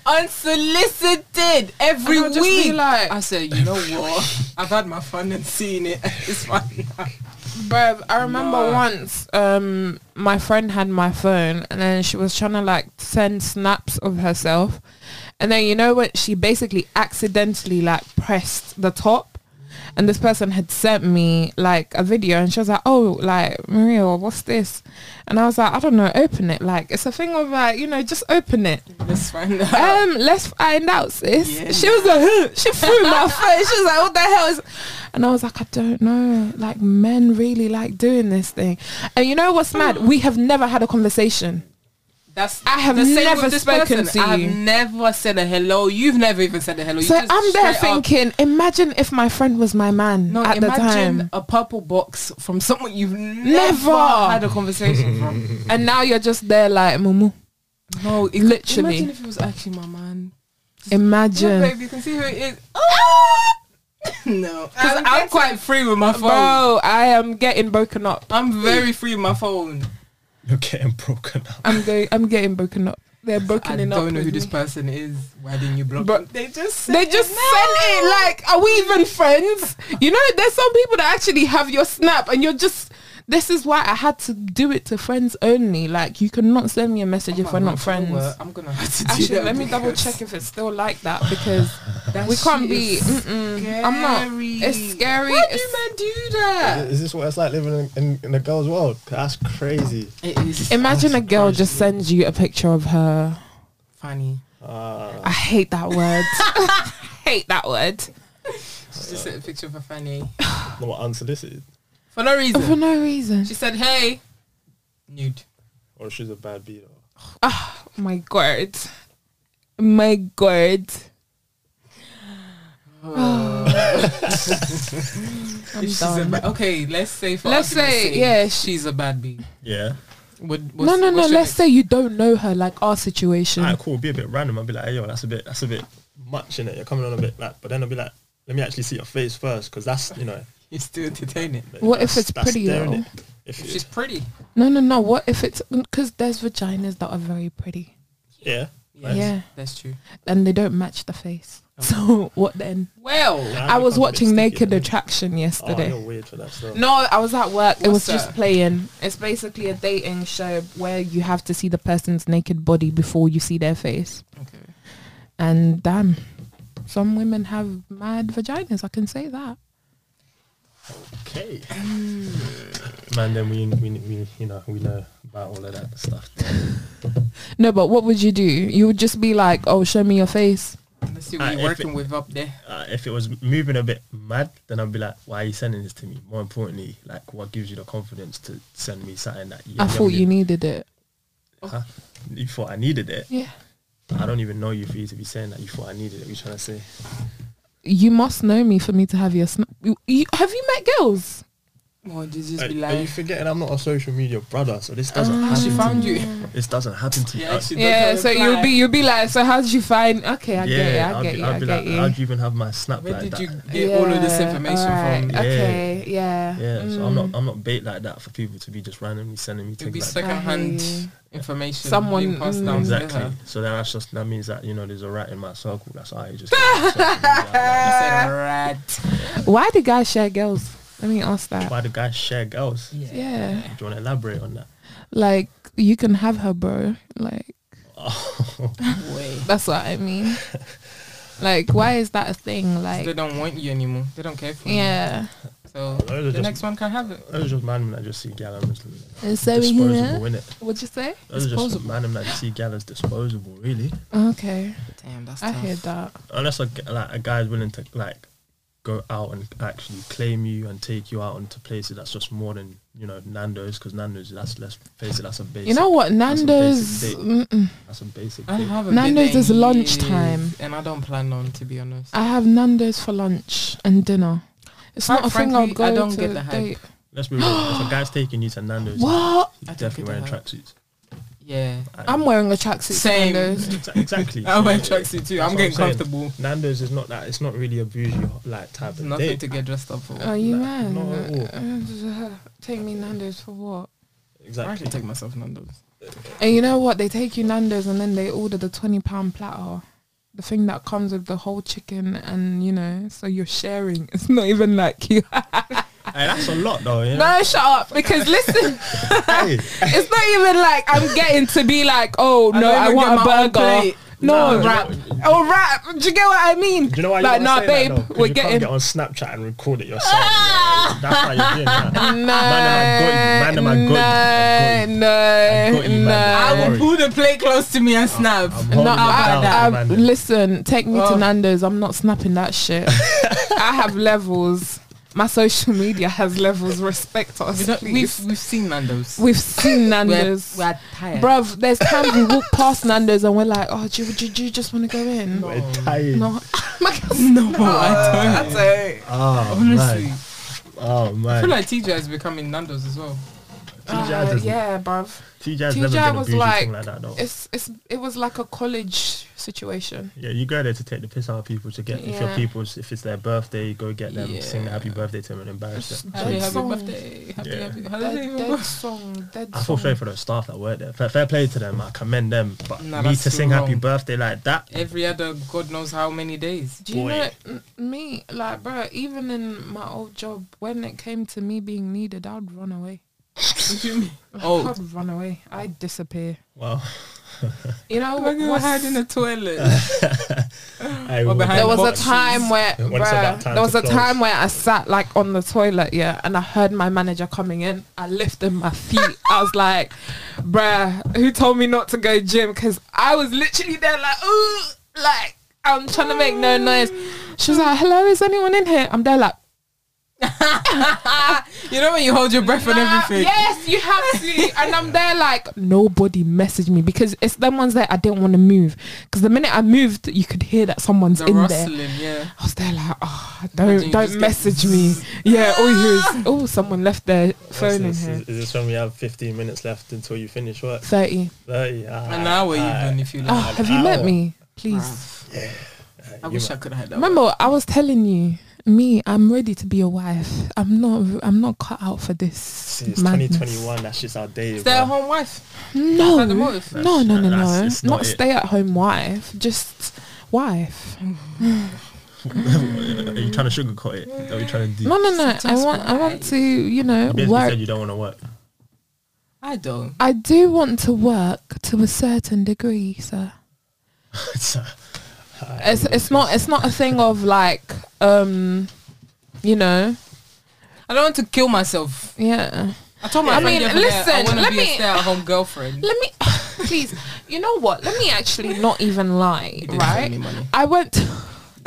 Speaker 2: unsolicited every
Speaker 1: And I'll just be
Speaker 2: week.
Speaker 1: like-
Speaker 2: I said, you know what? I've had my fun and seen it. It's fine. now."
Speaker 1: Bruv, I remember
Speaker 2: Nah.
Speaker 1: once um my friend had my phone and then she was trying to like send snaps of herself. And then you know what she basically accidentally like pressed the top and this person had sent me like a video and she was like, Oh, like Maria, what's this? And I was like, I don't know, open it. Like it's a thing of like, you know, just open it.
Speaker 2: Let's find out.
Speaker 1: um, let's find out, sis.
Speaker 2: Oh. Yeah.
Speaker 1: She was like, huh. she threw my face. She was like, what the hell is? And I was like, I don't know. Like, men really like doing this thing. And you know what's mad? We have never had a conversation.
Speaker 2: That's
Speaker 1: I have
Speaker 2: the same
Speaker 1: never
Speaker 2: with this
Speaker 1: spoken
Speaker 2: person.
Speaker 1: to
Speaker 2: I
Speaker 1: you.
Speaker 2: have never said a hello. You've never even said a hello. You
Speaker 1: So
Speaker 2: just
Speaker 1: I'm there
Speaker 2: straight up-
Speaker 1: thinking, imagine if my friend was my man
Speaker 2: No,
Speaker 1: at the
Speaker 2: imagine
Speaker 1: time.
Speaker 2: a purple box from someone you've never,
Speaker 1: Never.
Speaker 2: had a conversation from.
Speaker 1: And now you're just there like, Mumu.
Speaker 2: No, it-
Speaker 1: Literally.
Speaker 2: Imagine if it was actually my man. Look,
Speaker 1: Imagine.
Speaker 2: babe, you can see who it is. Oh! no, because
Speaker 1: I'm
Speaker 2: I'm, quite free with my phone.
Speaker 1: Bro, I am getting broken up.
Speaker 2: I'm very free with my phone.
Speaker 3: You're getting broken up.
Speaker 1: I'm going I'm getting broken up. They're broken
Speaker 2: I
Speaker 1: up.
Speaker 2: don't know
Speaker 1: with
Speaker 2: who this
Speaker 1: me.
Speaker 2: person is. Why didn't you block?
Speaker 1: But-
Speaker 2: them? they just said
Speaker 1: They just send it like, are we even friends? You know, there's some people that actually have your snap and you're just This is why I had to do it to friends only. Like you cannot send me a
Speaker 2: Oh
Speaker 1: message if we're not friends.
Speaker 2: I'm gonna have to do
Speaker 1: Actually,
Speaker 2: that
Speaker 1: let me double
Speaker 2: because
Speaker 1: check if it's still like that because
Speaker 2: that
Speaker 1: we can't
Speaker 2: shit
Speaker 1: be.
Speaker 2: is
Speaker 1: Mm-mm, I'm not. It's scary.
Speaker 2: Why do
Speaker 1: it's-
Speaker 2: men do that?
Speaker 4: Is this what it's like living in, in, in a girl's world?
Speaker 3: That's crazy.
Speaker 2: It is
Speaker 1: Imagine a girl just
Speaker 3: surprising.
Speaker 1: sends you a picture of her.
Speaker 2: funny.
Speaker 1: I
Speaker 3: Uh,
Speaker 1: hate that word. hate that word
Speaker 2: She just sent a picture of a fanny
Speaker 3: no, what, unsolicited?
Speaker 2: for no
Speaker 1: for
Speaker 2: reason.
Speaker 1: no reason.
Speaker 2: She said, "Hey, nude."
Speaker 3: Or she's a bad beater.
Speaker 1: Oh My God. My God. I'm
Speaker 2: She's a
Speaker 1: done.
Speaker 2: ba- okay, let's say for
Speaker 1: Let's
Speaker 2: argument's
Speaker 1: say,
Speaker 2: sake,
Speaker 1: yeah, she-
Speaker 2: she's a bad bee.
Speaker 3: Yeah.
Speaker 2: What, what's,
Speaker 1: no, no,
Speaker 2: what's
Speaker 1: no.
Speaker 2: your
Speaker 1: Let's
Speaker 2: next-
Speaker 1: say you don't know her, like our situation.
Speaker 3: Alright, cool. Be a bit random. I'll be like, hey, yo, that's a bit, that's a bit much in it. You're coming on a bit like, but then I'll be like, let me actually see your face first, because that's you know.
Speaker 2: you still detain it.
Speaker 1: What if
Speaker 3: that's-
Speaker 1: it's
Speaker 3: that's
Speaker 1: pretty,
Speaker 3: there,
Speaker 1: though?
Speaker 3: innit? If
Speaker 2: If
Speaker 3: it-
Speaker 2: she's pretty,
Speaker 1: No, no, no. What if it's because there's vaginas that are very pretty
Speaker 3: yeah,
Speaker 2: yes,
Speaker 1: Yeah.
Speaker 2: that's true.
Speaker 1: and they don't match the face. So what then?
Speaker 2: Well,
Speaker 3: Nah,
Speaker 1: I was
Speaker 3: you can't be a bit
Speaker 1: watching
Speaker 3: sticky,
Speaker 1: Naked
Speaker 3: innit?
Speaker 1: Attraction
Speaker 3: Oh,
Speaker 1: yesterday.
Speaker 3: you're weird for that stuff.
Speaker 1: No, I was at work. it was
Speaker 2: What's
Speaker 1: just
Speaker 2: that?
Speaker 1: playing. It's basically a dating show where you have to see the person's naked body before you see their face.
Speaker 2: okay.
Speaker 1: And damn, some women have mad vaginas. I can say that.
Speaker 3: Okay.
Speaker 1: Mm.
Speaker 3: Man, then we, we, we, you know, we know about all of that stuff.
Speaker 1: No, but what would you do? You would just be like, "Oh, show me your face."
Speaker 2: let's see
Speaker 3: Uh,
Speaker 2: what
Speaker 3: if
Speaker 2: you're working
Speaker 3: it-
Speaker 2: with up there.
Speaker 3: Uh, if it was moving a bit mad, then I'd be like, why are you sending this to me? More importantly, like, what gives you the confidence to send me something that you
Speaker 1: I thought
Speaker 3: haven't
Speaker 1: you
Speaker 3: even-
Speaker 1: needed it.
Speaker 3: huh? You thought I needed it.
Speaker 1: Yeah.
Speaker 3: I don't even know you for you to be saying that you thought I needed it. What you trying to say?
Speaker 1: You must know me for me to have your. Sn- you, you, have you met girls?
Speaker 2: Or you just
Speaker 3: Are,
Speaker 2: be
Speaker 3: are you
Speaker 2: like,
Speaker 3: forgetting I'm not a social media brother, so this doesn't
Speaker 1: Ah.
Speaker 3: happen
Speaker 2: she
Speaker 3: to
Speaker 2: found
Speaker 3: me.
Speaker 2: you.
Speaker 3: This doesn't happen to
Speaker 2: Yeah,
Speaker 3: me. Uh,
Speaker 2: actually,
Speaker 1: Yeah.
Speaker 2: don't
Speaker 1: So
Speaker 2: reply.
Speaker 1: you'll be you'll be like, so how did you find? Okay, I get you. I
Speaker 3: I'll
Speaker 1: get
Speaker 3: be,
Speaker 1: you.
Speaker 3: I'll
Speaker 1: I
Speaker 3: be
Speaker 1: get
Speaker 3: like,
Speaker 1: you.
Speaker 3: how'd you even have my snap
Speaker 2: Where
Speaker 3: like
Speaker 2: did
Speaker 3: that?
Speaker 2: you get all of this
Speaker 1: Yeah,
Speaker 2: information
Speaker 1: alright,
Speaker 2: from?
Speaker 3: Yeah.
Speaker 1: Okay. Yeah.
Speaker 3: Yeah, so I'm
Speaker 1: mm.
Speaker 3: not I'm not bait like that for people to be just randomly sending me
Speaker 2: It'd be
Speaker 3: things like
Speaker 2: secondhand
Speaker 1: I hear you.
Speaker 2: information.
Speaker 1: Someone-
Speaker 2: being passed
Speaker 1: mm.
Speaker 3: that.
Speaker 2: down to
Speaker 3: Exactly.
Speaker 2: her.
Speaker 3: So then that's just that means that you know there's a rat in my circle. That's why I just. Why
Speaker 2: That's a rat.
Speaker 1: Why do guys share girls? Let me ask that.
Speaker 3: do guys share girls? Do
Speaker 1: Yeah.
Speaker 3: you want to elaborate on that?
Speaker 1: Like you can have her, bro. Like
Speaker 2: Way.
Speaker 1: that's what I mean. Like why is that a thing?
Speaker 2: They
Speaker 1: Like
Speaker 2: don't want you anymore. They don't care for
Speaker 1: yeah.
Speaker 2: you. So
Speaker 3: Those are
Speaker 2: the
Speaker 3: just-
Speaker 2: next one can have it.
Speaker 3: Those are just man that just see gallons
Speaker 1: And so we
Speaker 3: disposable,
Speaker 1: here.
Speaker 3: innit?
Speaker 1: What'd you say?
Speaker 3: Those are just
Speaker 2: Disposable.
Speaker 3: man that see gallons disposable, really.
Speaker 1: Okay,
Speaker 2: Damn, that's
Speaker 1: I
Speaker 2: tough.
Speaker 1: hear that.
Speaker 3: Unless a, g- like a guy's willing to like go out and actually claim you and take you out into places that's just more than you know Nando's because Nando's that's let's face it that's a basic
Speaker 1: You know what,
Speaker 3: a basic
Speaker 1: Nando's.
Speaker 3: date.
Speaker 1: Mm-mm.
Speaker 3: that's a basic
Speaker 2: I
Speaker 3: thing.
Speaker 1: Uh-huh.
Speaker 2: haven't
Speaker 1: Nando's
Speaker 2: been there
Speaker 1: is
Speaker 2: in
Speaker 1: lunchtime.
Speaker 2: years, and I don't plan on to be honest.
Speaker 1: I have Nando's for lunch and dinner. It's
Speaker 2: Quite
Speaker 1: not a thing I'll go
Speaker 2: frankly, I don't
Speaker 1: to
Speaker 2: get the hype.
Speaker 1: date.
Speaker 3: Let's be real. if a guy's taking you to Nando's,
Speaker 1: What?
Speaker 3: he's
Speaker 2: I don't
Speaker 3: definitely
Speaker 2: get
Speaker 3: wearing
Speaker 2: that.
Speaker 3: tracksuits.
Speaker 2: Yeah,
Speaker 1: I'm wearing a tracksuit.
Speaker 2: Same.
Speaker 1: Nando's.
Speaker 3: Exa- exactly.
Speaker 2: I wear
Speaker 3: Yeah, yeah.
Speaker 2: tracksuit too.
Speaker 3: That's
Speaker 2: I'm
Speaker 3: what
Speaker 2: getting
Speaker 3: saying.
Speaker 2: comfortable.
Speaker 3: Nando's is not that. It's not really a bougie like type
Speaker 2: There's
Speaker 3: of
Speaker 2: nothing
Speaker 3: date.
Speaker 2: to get dressed up for.
Speaker 1: Are you
Speaker 3: Nah, not at all.
Speaker 1: mad? Take me Nando's for what?
Speaker 2: I can
Speaker 3: exactly.
Speaker 2: take myself Nando's.
Speaker 1: And you know what? They take you Nando's and then they order the twenty pound platter, the thing that comes with the whole chicken and you know, so you're sharing. It's not even like you.
Speaker 3: Hey, that's a lot though. You know?
Speaker 1: no, shut up. Because listen,
Speaker 3: Hey,
Speaker 1: it's not even like I'm getting to be like, oh no,
Speaker 2: don't
Speaker 1: I,
Speaker 2: even
Speaker 1: want
Speaker 2: get
Speaker 1: a
Speaker 2: my own
Speaker 1: burger.
Speaker 2: plate.
Speaker 1: No,
Speaker 3: Nah,
Speaker 1: wrap.
Speaker 3: do you
Speaker 1: Oh wrap. Do you get what I mean?
Speaker 3: Do you know why you
Speaker 1: like,
Speaker 3: gotta
Speaker 1: nah,
Speaker 3: say
Speaker 1: babe,
Speaker 3: that, though? 'Cause
Speaker 1: we're
Speaker 3: you
Speaker 1: getting.
Speaker 3: can't get on Snapchat and record it yourself. yeah.
Speaker 2: Ah!
Speaker 3: That's why you're doing that. Man, am I got you. Man, am I
Speaker 1: no,
Speaker 3: got you. I got you, man.
Speaker 1: no, no.
Speaker 3: I will
Speaker 2: I
Speaker 3: Sorry.
Speaker 2: will pull the plate close to me and snap.
Speaker 3: I'm
Speaker 1: No,
Speaker 3: holding it down,
Speaker 1: I, I,
Speaker 3: man.
Speaker 1: listen, take me to
Speaker 2: Oh.
Speaker 1: Nando's. I'm not snapping that shit. I have levels. My social media has levels. Respect
Speaker 2: We
Speaker 1: us,
Speaker 2: don't, we've
Speaker 1: please.
Speaker 2: we've seen Nando's.
Speaker 1: We've seen Nando's.
Speaker 2: We're, we're tired.
Speaker 1: Bruv, there's times we walk past Nando's and we're like, oh, do, you- do, you- do you just want to go in?
Speaker 2: No.
Speaker 3: We're tired.
Speaker 1: No.
Speaker 2: no, I don't.
Speaker 3: Oh,
Speaker 2: Honestly,
Speaker 3: man. Oh,
Speaker 2: I feel
Speaker 3: man.
Speaker 2: like TJ has becoming Nando's as well.
Speaker 3: TJ
Speaker 1: Uh,
Speaker 3: doesn't.
Speaker 1: yeah, bruv.
Speaker 3: TJ's never
Speaker 1: TJ
Speaker 3: been a
Speaker 1: was
Speaker 3: bougie
Speaker 1: like-
Speaker 3: thing like that, though.
Speaker 1: It's, it's, it was like a college situation.
Speaker 3: Yeah, you go there to take the piss out of people to get if
Speaker 1: Yeah.
Speaker 3: your people's if it's their birthday, you go get them, sing the happy
Speaker 2: Yeah.
Speaker 3: birthday to them, and embarrass
Speaker 1: It's
Speaker 3: them.
Speaker 1: Dead
Speaker 2: Happy, happy
Speaker 1: song.
Speaker 2: birthday. Happy,
Speaker 3: Yeah.
Speaker 2: happy. How does it
Speaker 1: Dead,
Speaker 2: even
Speaker 1: dead
Speaker 2: go?
Speaker 1: song, dead
Speaker 3: I
Speaker 1: song.
Speaker 3: feel sorry for the staff that work there. Fair, fair play to them. I commend them, but
Speaker 2: Nah,
Speaker 3: me
Speaker 2: that's
Speaker 3: to
Speaker 2: too
Speaker 3: sing happy
Speaker 2: wrong.
Speaker 3: birthday like that.
Speaker 2: Every other God knows how many days.
Speaker 1: Do you
Speaker 3: Boy.
Speaker 1: know m- me like, bro? Even in my old job, when it came to me being needed, I'd run away.
Speaker 2: What do you mean?
Speaker 1: Oh.
Speaker 2: Oh,
Speaker 1: I'd run away. I'd disappear.
Speaker 3: Wow.
Speaker 1: You know,
Speaker 2: I'm gonna
Speaker 1: what's-
Speaker 2: hide in the toilet.
Speaker 3: Hey,
Speaker 2: Or
Speaker 3: well,
Speaker 2: behind
Speaker 1: there was
Speaker 2: boxes.
Speaker 1: a time where
Speaker 3: When it's about
Speaker 1: bruh,
Speaker 3: time
Speaker 1: there was
Speaker 3: to
Speaker 1: a time
Speaker 3: close.
Speaker 1: where I sat like on the toilet, yeah, and I heard my manager coming in. I lifted my feet. I was like, bruh, who told me not to go gym? Because I was literally there like, ooh, like I'm trying to make no noise. She was like, hello, is anyone in here? I'm there like,
Speaker 2: you know when you hold your breath and
Speaker 1: "Nah,
Speaker 2: everything.
Speaker 1: Yes, you have to. and I'm there like, nobody messaged me because it's them ones that I didn't want to move. Because the minute I moved, you could hear that someone's
Speaker 2: The
Speaker 1: in there.
Speaker 2: rustling, yeah.
Speaker 1: I was there like, oh,
Speaker 2: Imagine
Speaker 1: don't
Speaker 2: you
Speaker 1: don't
Speaker 2: just
Speaker 1: message me. Yeah, all you hear is, oh, someone left their
Speaker 3: Is
Speaker 1: phone in
Speaker 3: this,
Speaker 1: here.
Speaker 3: is, is this when we have 15 minutes left until you finish work? ah,
Speaker 1: Thirty.
Speaker 3: 30.
Speaker 2: An hour even if you
Speaker 1: Oh,
Speaker 2: like.
Speaker 1: have you met
Speaker 3: hour.
Speaker 1: me? Please.
Speaker 2: Bruv, I
Speaker 3: I
Speaker 2: wish I could have had that. one.
Speaker 1: Remember, I was telling you, me, I'm ready to be a wife. I'm not. I'm not cut out for this.
Speaker 3: it's
Speaker 1: madness.
Speaker 3: 2021. That's just our day.
Speaker 2: Stay at home wife.
Speaker 1: No.
Speaker 2: At the motive.
Speaker 1: No, no, no,
Speaker 3: That's-
Speaker 1: no.
Speaker 3: it's
Speaker 1: Not,
Speaker 3: not it.
Speaker 1: stay-at-home wife. Just wife.
Speaker 3: Are you trying to sugarcoat it? Are you trying to do?
Speaker 1: No, no, no. I want. I want to. You know, work.
Speaker 3: you don't want to work.
Speaker 2: I don't.
Speaker 1: I do want to work to a certain degree, sir. it's it's not it's not a thing of like um you know
Speaker 2: I don't want to kill myself.
Speaker 1: yeah
Speaker 2: I told my
Speaker 1: I
Speaker 2: friend
Speaker 1: mean,
Speaker 2: the other day, I
Speaker 1: listen,
Speaker 2: want to
Speaker 1: let
Speaker 2: be a
Speaker 1: me-
Speaker 2: stay-at-home girlfriend.
Speaker 1: let me please you know what let me actually not even lie
Speaker 2: He didn't send me
Speaker 1: right
Speaker 2: money.
Speaker 1: I went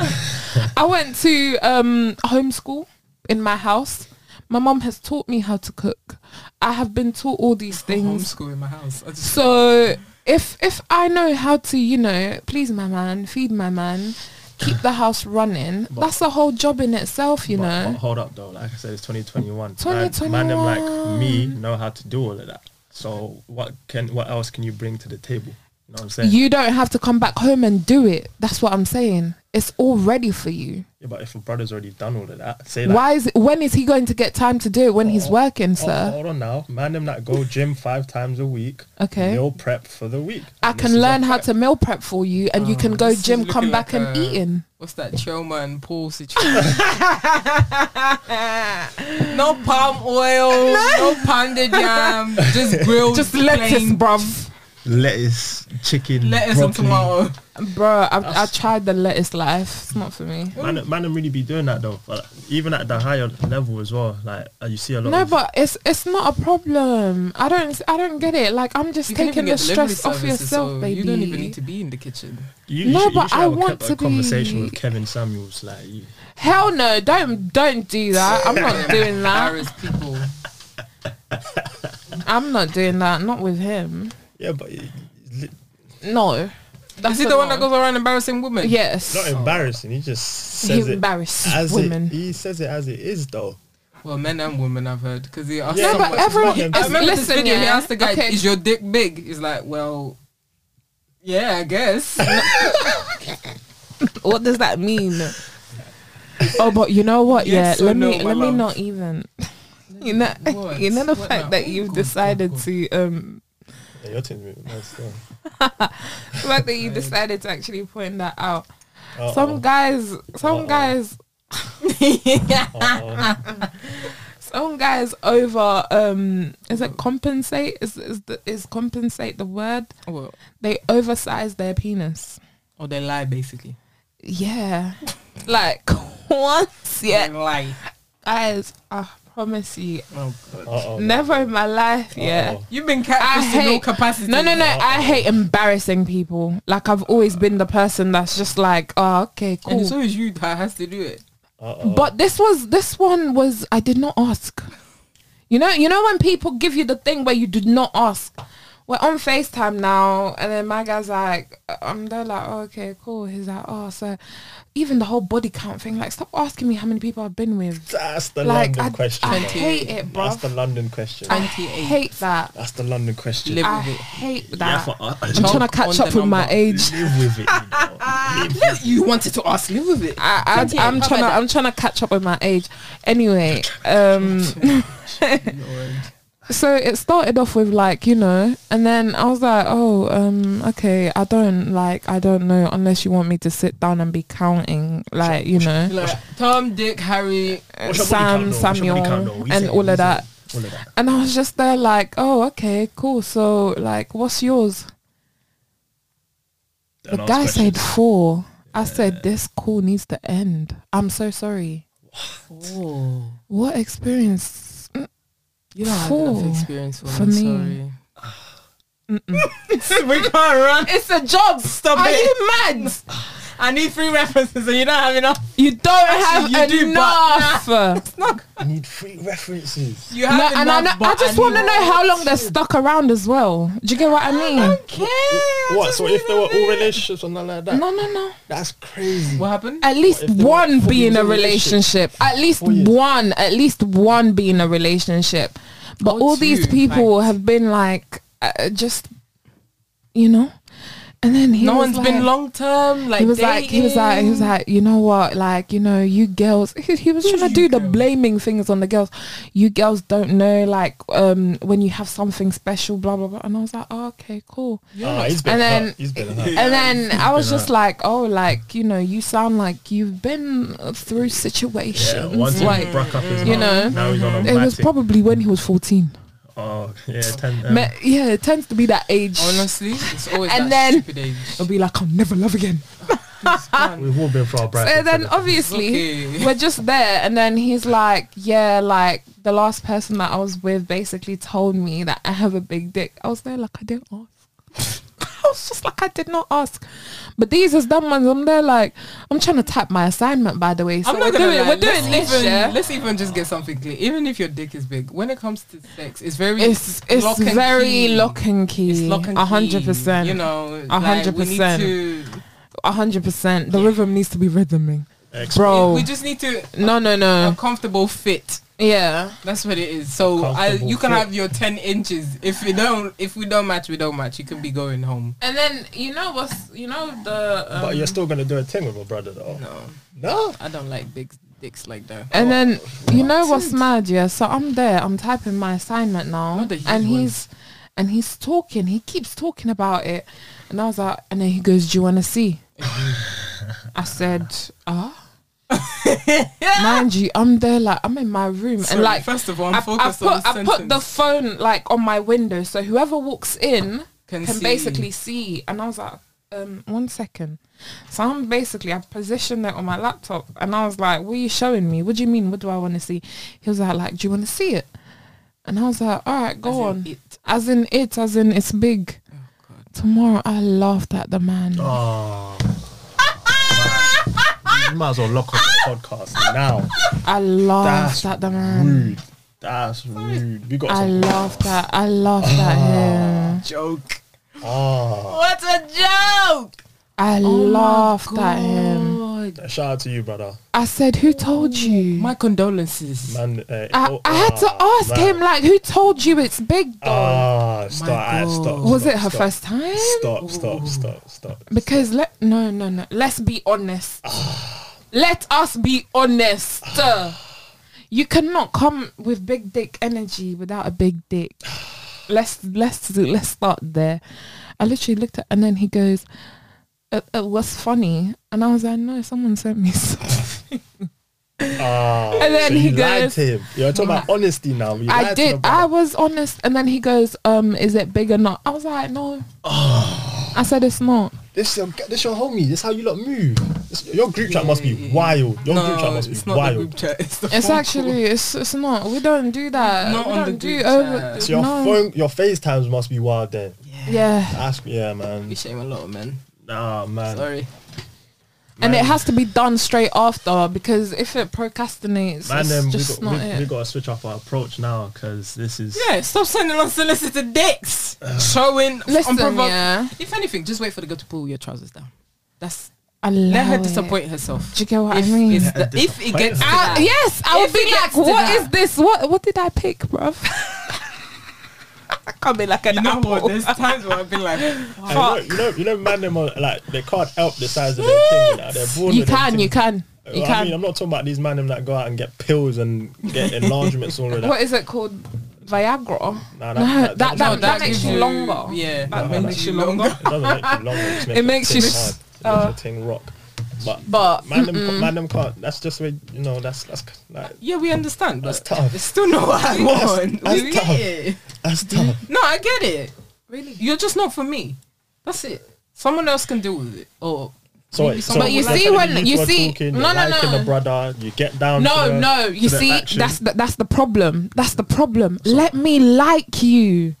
Speaker 1: I went to um homeschool in my house my mom has taught me how to cook I have been taught all these
Speaker 3: Oh,
Speaker 1: things
Speaker 2: Homeschool in my house. I just
Speaker 1: So if if I know how to, you know, please my man, feed my man, keep the house running,
Speaker 3: But-
Speaker 1: that's a whole job in itself, you
Speaker 3: but,
Speaker 1: know.
Speaker 3: but hold up though. Like I said, it's 2021. Man, man them like me know how to do all of that. So what can what else can you bring to the table? You know what I'm saying?
Speaker 1: you don't have to come back home and do it. That's what I'm saying. It's all ready for you.
Speaker 3: yeah, but if a brother's already done all of that, say like,
Speaker 1: Why is when is he going to get time to do it when he's
Speaker 3: Oh,
Speaker 1: working,
Speaker 3: oh,
Speaker 1: sir?
Speaker 3: hold on now, man, them that go gym five times a week.
Speaker 1: Okay.
Speaker 3: Meal prep for the week.
Speaker 1: I
Speaker 3: And this is
Speaker 1: can learn
Speaker 3: our
Speaker 1: how
Speaker 3: prep.
Speaker 1: to meal prep for you, and you
Speaker 2: Oh,
Speaker 1: can go
Speaker 2: this is
Speaker 1: gym, come
Speaker 2: looking
Speaker 1: back
Speaker 2: like
Speaker 1: and
Speaker 2: a-
Speaker 1: eating.
Speaker 2: What's that Chelma and Paul situation? no palm oil, no, pounded yam, just grilled,
Speaker 1: Just lettuce,
Speaker 2: plain
Speaker 1: bruv.
Speaker 3: lettuce, chicken,
Speaker 2: lettuce and
Speaker 3: broccoli.
Speaker 2: tomato.
Speaker 1: Bruh, I, I tried the lettuce life. It's not for me.
Speaker 3: Man, man, them really be doing that though. But even at the higher level as well, like uh, you see a lot.
Speaker 1: No,
Speaker 3: of,
Speaker 1: but it's it's not a problem. I don't I don't get it. Like I'm just
Speaker 2: You can
Speaker 1: taking
Speaker 2: even
Speaker 1: the
Speaker 2: get delivery
Speaker 1: stress off
Speaker 2: services,
Speaker 1: yourself,
Speaker 2: so
Speaker 1: baby.
Speaker 2: you don't even need to be in the kitchen.
Speaker 3: you,
Speaker 1: no,
Speaker 3: should-
Speaker 1: but
Speaker 3: should
Speaker 1: I
Speaker 3: have a
Speaker 1: want
Speaker 3: kept
Speaker 1: to
Speaker 3: a conversation
Speaker 1: be-
Speaker 3: with Kevin Samuels. Like, you,
Speaker 1: Hell no! Don't don't do that. I'm not doing that.
Speaker 2: Embarrass people.
Speaker 1: I'm not doing that. Not with him.
Speaker 3: yeah, but it- it's
Speaker 1: No.
Speaker 2: Is he
Speaker 1: a
Speaker 2: the one
Speaker 1: no.
Speaker 2: that goes around embarrassing women?
Speaker 1: Yes.
Speaker 3: not embarrassing. He just
Speaker 1: he
Speaker 3: says it
Speaker 1: embarrassed
Speaker 3: as
Speaker 1: women.
Speaker 3: it. He says it as it is though.
Speaker 2: Well, men and women, I've heard. Because he asked
Speaker 3: Yeah,
Speaker 1: no,
Speaker 2: someone.
Speaker 1: but
Speaker 3: someone-
Speaker 1: everyone.
Speaker 3: I
Speaker 2: I
Speaker 1: it's-
Speaker 2: remember this
Speaker 1: Listen,
Speaker 2: video. He
Speaker 1: yeah.
Speaker 2: asked the guy,
Speaker 1: okay.
Speaker 2: "Is your dick big?" He's like, "Well, yeah, I guess."
Speaker 1: what does that mean? oh, but you know what?
Speaker 2: Yes
Speaker 1: yeah,
Speaker 2: or
Speaker 1: let
Speaker 2: no,
Speaker 1: me
Speaker 2: my
Speaker 1: let me
Speaker 2: love?
Speaker 1: not even. You know,
Speaker 2: What?
Speaker 1: you know the
Speaker 2: What
Speaker 1: fact
Speaker 2: now?
Speaker 1: that
Speaker 2: Oh,
Speaker 1: you've
Speaker 2: God, God,
Speaker 1: decided
Speaker 2: God.
Speaker 1: to um,
Speaker 3: Yeah, your team's moving nice though.
Speaker 1: the fact that you
Speaker 2: Right.
Speaker 1: decided to actually point that out.
Speaker 3: Uh-oh.
Speaker 1: some guys some
Speaker 3: Uh-oh.
Speaker 1: guys
Speaker 3: Uh-oh.
Speaker 1: some guys over um is it compensate is is the, is compensate the word
Speaker 2: well,
Speaker 1: they oversize their penis
Speaker 2: or they lie basically.
Speaker 1: yeah like once yeah
Speaker 2: They lie.
Speaker 1: guys i promise you
Speaker 2: Oh god.
Speaker 3: Uh-oh.
Speaker 1: never in my life yeah
Speaker 3: Uh-oh.
Speaker 2: You've been
Speaker 1: I
Speaker 2: catfished to no
Speaker 1: hate-
Speaker 2: capacity.
Speaker 1: no no no i hate embarrassing people like i've always been the person that's just like oh okay
Speaker 2: And it's
Speaker 1: cool
Speaker 2: always you that has to do it.
Speaker 3: Uh-oh.
Speaker 1: but this was this one was i did not ask you know you know when people give you the thing where you did not ask we're on FaceTime now, and then my guy's like, I'm there like, oh, okay, cool. He's like, oh, so even the whole body count thing, like, stop asking me how many people I've been with.
Speaker 3: that's the
Speaker 1: like,
Speaker 3: London
Speaker 1: I-
Speaker 3: question.
Speaker 1: I
Speaker 3: though.
Speaker 1: hate it, bruv.
Speaker 3: That's the London question.
Speaker 1: I
Speaker 2: 28.
Speaker 1: hate that.
Speaker 3: That's the London question.
Speaker 2: Live
Speaker 1: I
Speaker 2: with it.
Speaker 1: hate that.
Speaker 3: yeah, for,
Speaker 1: I'm trying
Speaker 3: uh,
Speaker 1: to
Speaker 2: Choke
Speaker 1: catch
Speaker 2: on
Speaker 1: up
Speaker 2: the
Speaker 1: with my
Speaker 2: number.
Speaker 1: age.
Speaker 3: live with it. You know. Live
Speaker 2: You wanted to ask. Live with it.
Speaker 1: I, I,
Speaker 2: Okay,
Speaker 1: I'm
Speaker 2: how
Speaker 1: trying to,
Speaker 2: about
Speaker 1: I'm trying to catch up with my age. Anyway, um,
Speaker 2: Lord.
Speaker 1: so it started off with like you know and then i was like oh um okay i don't like i don't know unless you want me to sit down and be counting like you know
Speaker 2: Like, Tom, Dick, Harry.
Speaker 1: uh,
Speaker 3: What's your
Speaker 1: sam
Speaker 3: body count though? What's your body
Speaker 1: samuel
Speaker 3: count though? You
Speaker 1: and
Speaker 3: say-
Speaker 1: all
Speaker 3: you
Speaker 1: of that
Speaker 4: All of that.
Speaker 1: And I was just there like, oh, okay, cool. So like, what's yours?
Speaker 3: Don't
Speaker 1: the
Speaker 3: ask
Speaker 1: guy
Speaker 3: questions.
Speaker 1: said four. I said, this call needs to end. I'm so sorry.
Speaker 2: Oh,
Speaker 1: What experience?
Speaker 2: you don't have enough
Speaker 1: Fool.
Speaker 2: experience for,
Speaker 1: For me.
Speaker 2: me. Sorry.
Speaker 5: we can't run.
Speaker 1: It's a job.
Speaker 5: Stop
Speaker 1: Are
Speaker 5: it.
Speaker 1: you mad?
Speaker 5: I need three references and you don't have enough.
Speaker 1: You don't
Speaker 5: Actually,
Speaker 1: have
Speaker 5: you do,
Speaker 1: enough.
Speaker 4: I need three references.
Speaker 5: You
Speaker 1: No,
Speaker 5: have
Speaker 1: and I, know,
Speaker 5: enough,
Speaker 1: I
Speaker 5: but
Speaker 1: just
Speaker 5: need
Speaker 1: want to know how long they're stuck around as well. Do you get what I mean?
Speaker 5: Okay.
Speaker 4: What? So if they were all relationships or nothing like that,
Speaker 1: No, no, no.
Speaker 4: that's crazy.
Speaker 5: What happened?
Speaker 1: At least
Speaker 4: if they were
Speaker 1: one
Speaker 4: four
Speaker 1: be in
Speaker 4: years
Speaker 1: a
Speaker 4: in a
Speaker 1: relationship. At least
Speaker 4: Four years.
Speaker 1: one. At least one be in a relationship. But
Speaker 2: Or
Speaker 1: all these
Speaker 2: two,
Speaker 1: people
Speaker 2: like-
Speaker 1: have been like, uh, just, you know. And then he
Speaker 5: no
Speaker 1: was
Speaker 5: one's
Speaker 1: like,
Speaker 5: been long term. Like
Speaker 1: he was like, he was like, he was
Speaker 5: dating.
Speaker 1: like, you know what? Like, you know, you girls. He, he was trying to do the
Speaker 2: girls?
Speaker 1: blaming things on the girls. You girls don't know, like, um, when you have something special, blah blah blah. And I was like, oh, okay, cool.
Speaker 4: Ah, he's been
Speaker 1: And
Speaker 4: hurt.
Speaker 1: then-
Speaker 4: he's been hurt.
Speaker 1: And then I was
Speaker 3: Yeah.
Speaker 1: just like, oh, like, you know, you sound like you've been through
Speaker 3: Yeah,
Speaker 1: situations.
Speaker 3: once he
Speaker 1: like,
Speaker 3: broke up his
Speaker 1: you
Speaker 3: heart,
Speaker 1: know,
Speaker 3: now he's on a
Speaker 1: it was
Speaker 3: matic.
Speaker 1: probably when he was fourteen.
Speaker 3: Oh, yeah, 10 um,
Speaker 1: Me- yeah, it tends to be that age.
Speaker 2: Honestly, it's always
Speaker 1: And
Speaker 2: that
Speaker 1: then-
Speaker 2: stupid age.
Speaker 1: It'll be like, I'll never love again.
Speaker 2: It's fine.
Speaker 3: We've all been for our breakfast.
Speaker 1: So then oh.
Speaker 3: innit?
Speaker 2: It's
Speaker 1: obviously
Speaker 2: okay.
Speaker 1: we're just there and then he's like yeah like the last person that i was with basically told me that i have a big dick i was there like i didn't ask i was just like i did not ask but these is dumb ones i'm there like i'm trying to type my assignment by the way so
Speaker 2: I'm not
Speaker 1: we're
Speaker 2: gonna
Speaker 1: doing
Speaker 2: lie,
Speaker 1: we're doing
Speaker 2: let's
Speaker 1: this
Speaker 2: even,
Speaker 1: yeah?
Speaker 2: Let's even just get something clear. Even if your dick is big, when it comes to sex, it's very
Speaker 1: it's
Speaker 2: lock
Speaker 1: it's
Speaker 2: and
Speaker 1: very
Speaker 2: key.
Speaker 1: lock and key
Speaker 2: It's lock and key.
Speaker 1: a hundred
Speaker 2: You
Speaker 1: percent
Speaker 2: know,
Speaker 1: A hundred
Speaker 2: like, we need
Speaker 1: percent.
Speaker 2: to-
Speaker 1: a hundred percent the rhythm needs to be rhythming
Speaker 3: Ex-
Speaker 1: bro
Speaker 2: We just need to
Speaker 1: no no
Speaker 2: a
Speaker 1: no
Speaker 2: comfortable fit.
Speaker 1: yeah
Speaker 2: That's what it is. So I,
Speaker 3: Comfortable
Speaker 2: you can
Speaker 3: fit.
Speaker 2: have your ten inches. If you don't, if we don't match, we don't match. You can be going home.
Speaker 1: and then you know what's you know the um,
Speaker 4: but you're still gonna do a thing with my brother though.
Speaker 2: No,
Speaker 4: No.
Speaker 2: I don't like big dicks like that.
Speaker 1: And then you know what's mad, yeah. So I'm there, I'm typing my assignment now,
Speaker 2: Not the huge
Speaker 1: and
Speaker 2: one.
Speaker 1: he's and he's talking. He keeps talking about it, and I was like, and then he goes, "Do you want to see?" I said, "Ah." Mind you, I'm there like I'm in my room,
Speaker 2: Sorry,
Speaker 1: and like
Speaker 2: first of all,
Speaker 1: I,
Speaker 2: I'm
Speaker 1: I
Speaker 2: focused on
Speaker 1: put
Speaker 2: the
Speaker 1: I put the
Speaker 2: sentence.
Speaker 1: phone like on my window, so whoever walks in
Speaker 2: Can
Speaker 1: can,
Speaker 2: see.
Speaker 1: basically see. And I was like, um, one second. So I'm basically I positioned it on my laptop, and I was like, "What are you showing me? What do you mean? What do I want to see?" He was like, "Like, do you want to see it?" And I was like, "All right, go
Speaker 2: As in
Speaker 1: on."
Speaker 2: it. Oh,
Speaker 1: As in it, as in it's big.
Speaker 2: God.
Speaker 1: Tomorrow, I laughed at the man.
Speaker 3: Oh. Man. You might as well lock off the podcast now.
Speaker 1: I laughed
Speaker 3: That's
Speaker 1: at the man.
Speaker 3: Rude. That's rude. We got
Speaker 1: I
Speaker 3: some.
Speaker 1: laughed at I laughed at
Speaker 3: Oh.
Speaker 1: him.
Speaker 2: Joke.
Speaker 4: Ah.
Speaker 5: What a joke!
Speaker 2: Oh
Speaker 1: I laughed at him.
Speaker 4: Shout out to you, brother.
Speaker 1: I said, "Who told you?"
Speaker 2: My condolences.
Speaker 4: Man. Uh,
Speaker 1: I,
Speaker 4: oh,
Speaker 1: I had to
Speaker 4: ah,
Speaker 1: ask
Speaker 4: man.
Speaker 1: him like, who told you it's big? Though?
Speaker 4: Ah, stop, ah,
Speaker 2: God.
Speaker 4: stop.
Speaker 1: was
Speaker 4: stop,
Speaker 1: it her
Speaker 4: stop,
Speaker 1: first time?
Speaker 4: Stop, stop, stop, stop.
Speaker 1: Because let no no no. Let's be honest.
Speaker 4: Ah.
Speaker 1: let us be honest. you cannot come with big dick energy without a big dick.
Speaker 4: Ah.
Speaker 1: let's let's do- let's start there. I literally looked at and then he goes, it, it was funny, and I was like, no, someone sent me. Something.
Speaker 4: Ah,
Speaker 1: And then
Speaker 4: so
Speaker 1: he
Speaker 4: you lied
Speaker 1: goes-
Speaker 4: to him. You're talking about honesty now. You
Speaker 1: I
Speaker 4: lied To
Speaker 1: did.
Speaker 4: the
Speaker 1: I
Speaker 4: brother.
Speaker 1: was honest, and then he goes, um, is it big or not? I was like, no.
Speaker 4: Oh.
Speaker 1: I said it's not.
Speaker 4: this your this your homie. This how you lot move. This, your group chat must be
Speaker 2: Yeah, yeah.
Speaker 4: wild. Your
Speaker 2: no,
Speaker 4: group chat must
Speaker 2: it's
Speaker 4: be
Speaker 2: not the group
Speaker 4: wild.
Speaker 2: chat. It's, the
Speaker 1: It's
Speaker 2: phone call.
Speaker 1: actually it's it's not. We don't do that.
Speaker 2: Not
Speaker 1: we
Speaker 2: on the
Speaker 1: don't do
Speaker 2: group
Speaker 1: over.
Speaker 2: chat.
Speaker 4: So your
Speaker 1: no.
Speaker 4: phone, your FaceTimes must be wild then.
Speaker 1: Yeah,
Speaker 4: Ask, yeah, man.
Speaker 2: We shame a lot, man.
Speaker 4: Nah,
Speaker 3: Uh,
Speaker 4: man.
Speaker 2: Sorry.
Speaker 1: and it has to be done straight after because if it procrastinates,
Speaker 3: Man,
Speaker 1: it's
Speaker 3: then we
Speaker 1: just
Speaker 3: got,
Speaker 1: not
Speaker 3: we,
Speaker 1: it.
Speaker 3: we got to switch up our approach now because this is.
Speaker 2: Yeah, stop sending unsolicited dicks. Showing
Speaker 1: Listen,
Speaker 2: unprovoked.
Speaker 1: yeah,
Speaker 2: If anything, just wait for the girl to pull your trousers down. That's
Speaker 1: allow
Speaker 2: let her
Speaker 1: it.
Speaker 2: disappoint herself.
Speaker 1: Do you get what
Speaker 2: if,
Speaker 1: I mean?
Speaker 2: it's
Speaker 3: Let her
Speaker 2: the- if it
Speaker 3: disappoint
Speaker 2: gets to
Speaker 1: I-
Speaker 2: that,
Speaker 1: yes, I would
Speaker 5: If
Speaker 1: be
Speaker 5: it
Speaker 1: like,
Speaker 5: gets to
Speaker 1: what
Speaker 5: that.
Speaker 1: is this? What what did I pick, bruv? I can't be like an
Speaker 2: you know
Speaker 1: apple.
Speaker 2: what? There's times where I've been like,
Speaker 4: And you know, you know, you know, man, them are, like they can't help the size of their thing. Like, they're born
Speaker 1: You
Speaker 4: with them
Speaker 1: can, you
Speaker 4: things.
Speaker 1: can, you
Speaker 4: Well, I mean,
Speaker 1: can.
Speaker 4: I'm not talking about these man them that go out and get pills and get enlargements and all of that.
Speaker 1: What is it called? Viagra.
Speaker 4: Nah,
Speaker 1: No,
Speaker 4: doesn't
Speaker 1: that- that-
Speaker 4: make
Speaker 1: that
Speaker 4: it
Speaker 1: makes
Speaker 4: hard.
Speaker 1: you longer.
Speaker 2: Yeah,
Speaker 1: That
Speaker 4: makes
Speaker 2: you longer.
Speaker 4: It doesn't make you longer. It, just makes
Speaker 1: It makes
Speaker 4: your
Speaker 1: you
Speaker 4: thing
Speaker 1: s-
Speaker 4: hard. It
Speaker 1: uh,
Speaker 4: makes your thing rock. But
Speaker 5: But
Speaker 4: man, them, ca- man, them can't. That's just where you know. That's that's c- like
Speaker 2: Yeah, we understand, but
Speaker 4: That's tough.
Speaker 2: It's still not what I want.
Speaker 4: that's
Speaker 2: We-
Speaker 4: tough.
Speaker 5: it.
Speaker 4: that's tough.
Speaker 2: No, I get it.
Speaker 1: Really?
Speaker 2: You're just not for me. That's it. Someone else can deal with it. Or
Speaker 4: So,
Speaker 2: Maybe
Speaker 4: so
Speaker 2: someone
Speaker 4: like
Speaker 2: would
Speaker 4: how
Speaker 1: like it.
Speaker 4: the
Speaker 1: when-
Speaker 4: youth
Speaker 1: you
Speaker 4: were
Speaker 1: see-
Speaker 4: talking,
Speaker 1: no,
Speaker 4: you're
Speaker 1: no,
Speaker 4: liking
Speaker 1: no.
Speaker 4: the brother, you get down.
Speaker 1: No,
Speaker 4: to the,
Speaker 1: no. You
Speaker 4: to the
Speaker 1: see,
Speaker 4: action.
Speaker 1: that's the, that's the problem. That's the problem. Let me like you.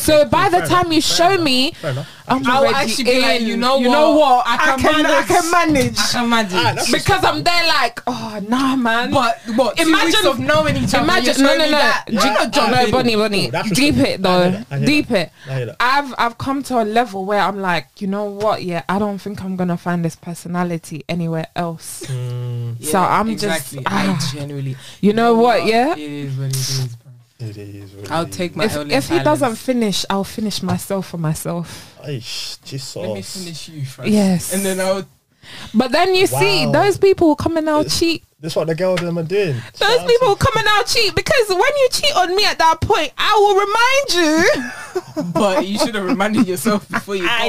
Speaker 1: So by the time you show me,
Speaker 4: Fair enough.
Speaker 1: I'm
Speaker 2: I'll
Speaker 1: already
Speaker 2: actually be like,
Speaker 1: in.
Speaker 2: you know
Speaker 1: you
Speaker 2: what?
Speaker 1: know what?
Speaker 2: I
Speaker 1: I
Speaker 2: can
Speaker 1: can, I
Speaker 2: manage.
Speaker 1: can manage.
Speaker 2: I can manage.
Speaker 4: Ah, that's
Speaker 1: because I'm there like, oh nah, man.
Speaker 2: but what? Two
Speaker 1: Imagine-
Speaker 2: weeks of knowing each other. you're
Speaker 1: Imagine, no,
Speaker 2: showing
Speaker 1: no,
Speaker 2: me
Speaker 1: no,
Speaker 2: that?
Speaker 1: G-
Speaker 2: You're not
Speaker 1: no,
Speaker 2: jumping.
Speaker 1: Bonnie, Bonnie,
Speaker 4: that's
Speaker 1: deep
Speaker 4: respectable.
Speaker 1: it
Speaker 4: I hear
Speaker 1: though,
Speaker 4: that, I hear
Speaker 1: deep it.
Speaker 4: I hear that.
Speaker 1: I've I've come to a level where I'm like, you know what? Yeah, I don't think I'm gonna find this personality anywhere else.
Speaker 4: Mm.
Speaker 2: Yeah,
Speaker 1: So I'm just-
Speaker 2: exactly.
Speaker 1: ah.
Speaker 2: I genuinely.
Speaker 1: You know what? Yeah.
Speaker 2: It is what it is, bro.
Speaker 4: It is what it
Speaker 2: I'll
Speaker 4: is.
Speaker 2: take my.
Speaker 1: If
Speaker 2: L in
Speaker 1: if he
Speaker 2: silence.
Speaker 1: doesn't finish, I'll finish myself for myself.
Speaker 4: Aish, Jesus.
Speaker 2: let me finish you first.
Speaker 1: Yes.
Speaker 2: and then I'll.
Speaker 1: But then you see
Speaker 4: Wow.
Speaker 1: those people will come and out
Speaker 4: It's-
Speaker 1: cheat.
Speaker 4: That's what the girls them are doing.
Speaker 1: Those people will come and out cheat because when you cheat on me at that point, I will remind you.
Speaker 2: But you should have reminded yourself before you.
Speaker 1: I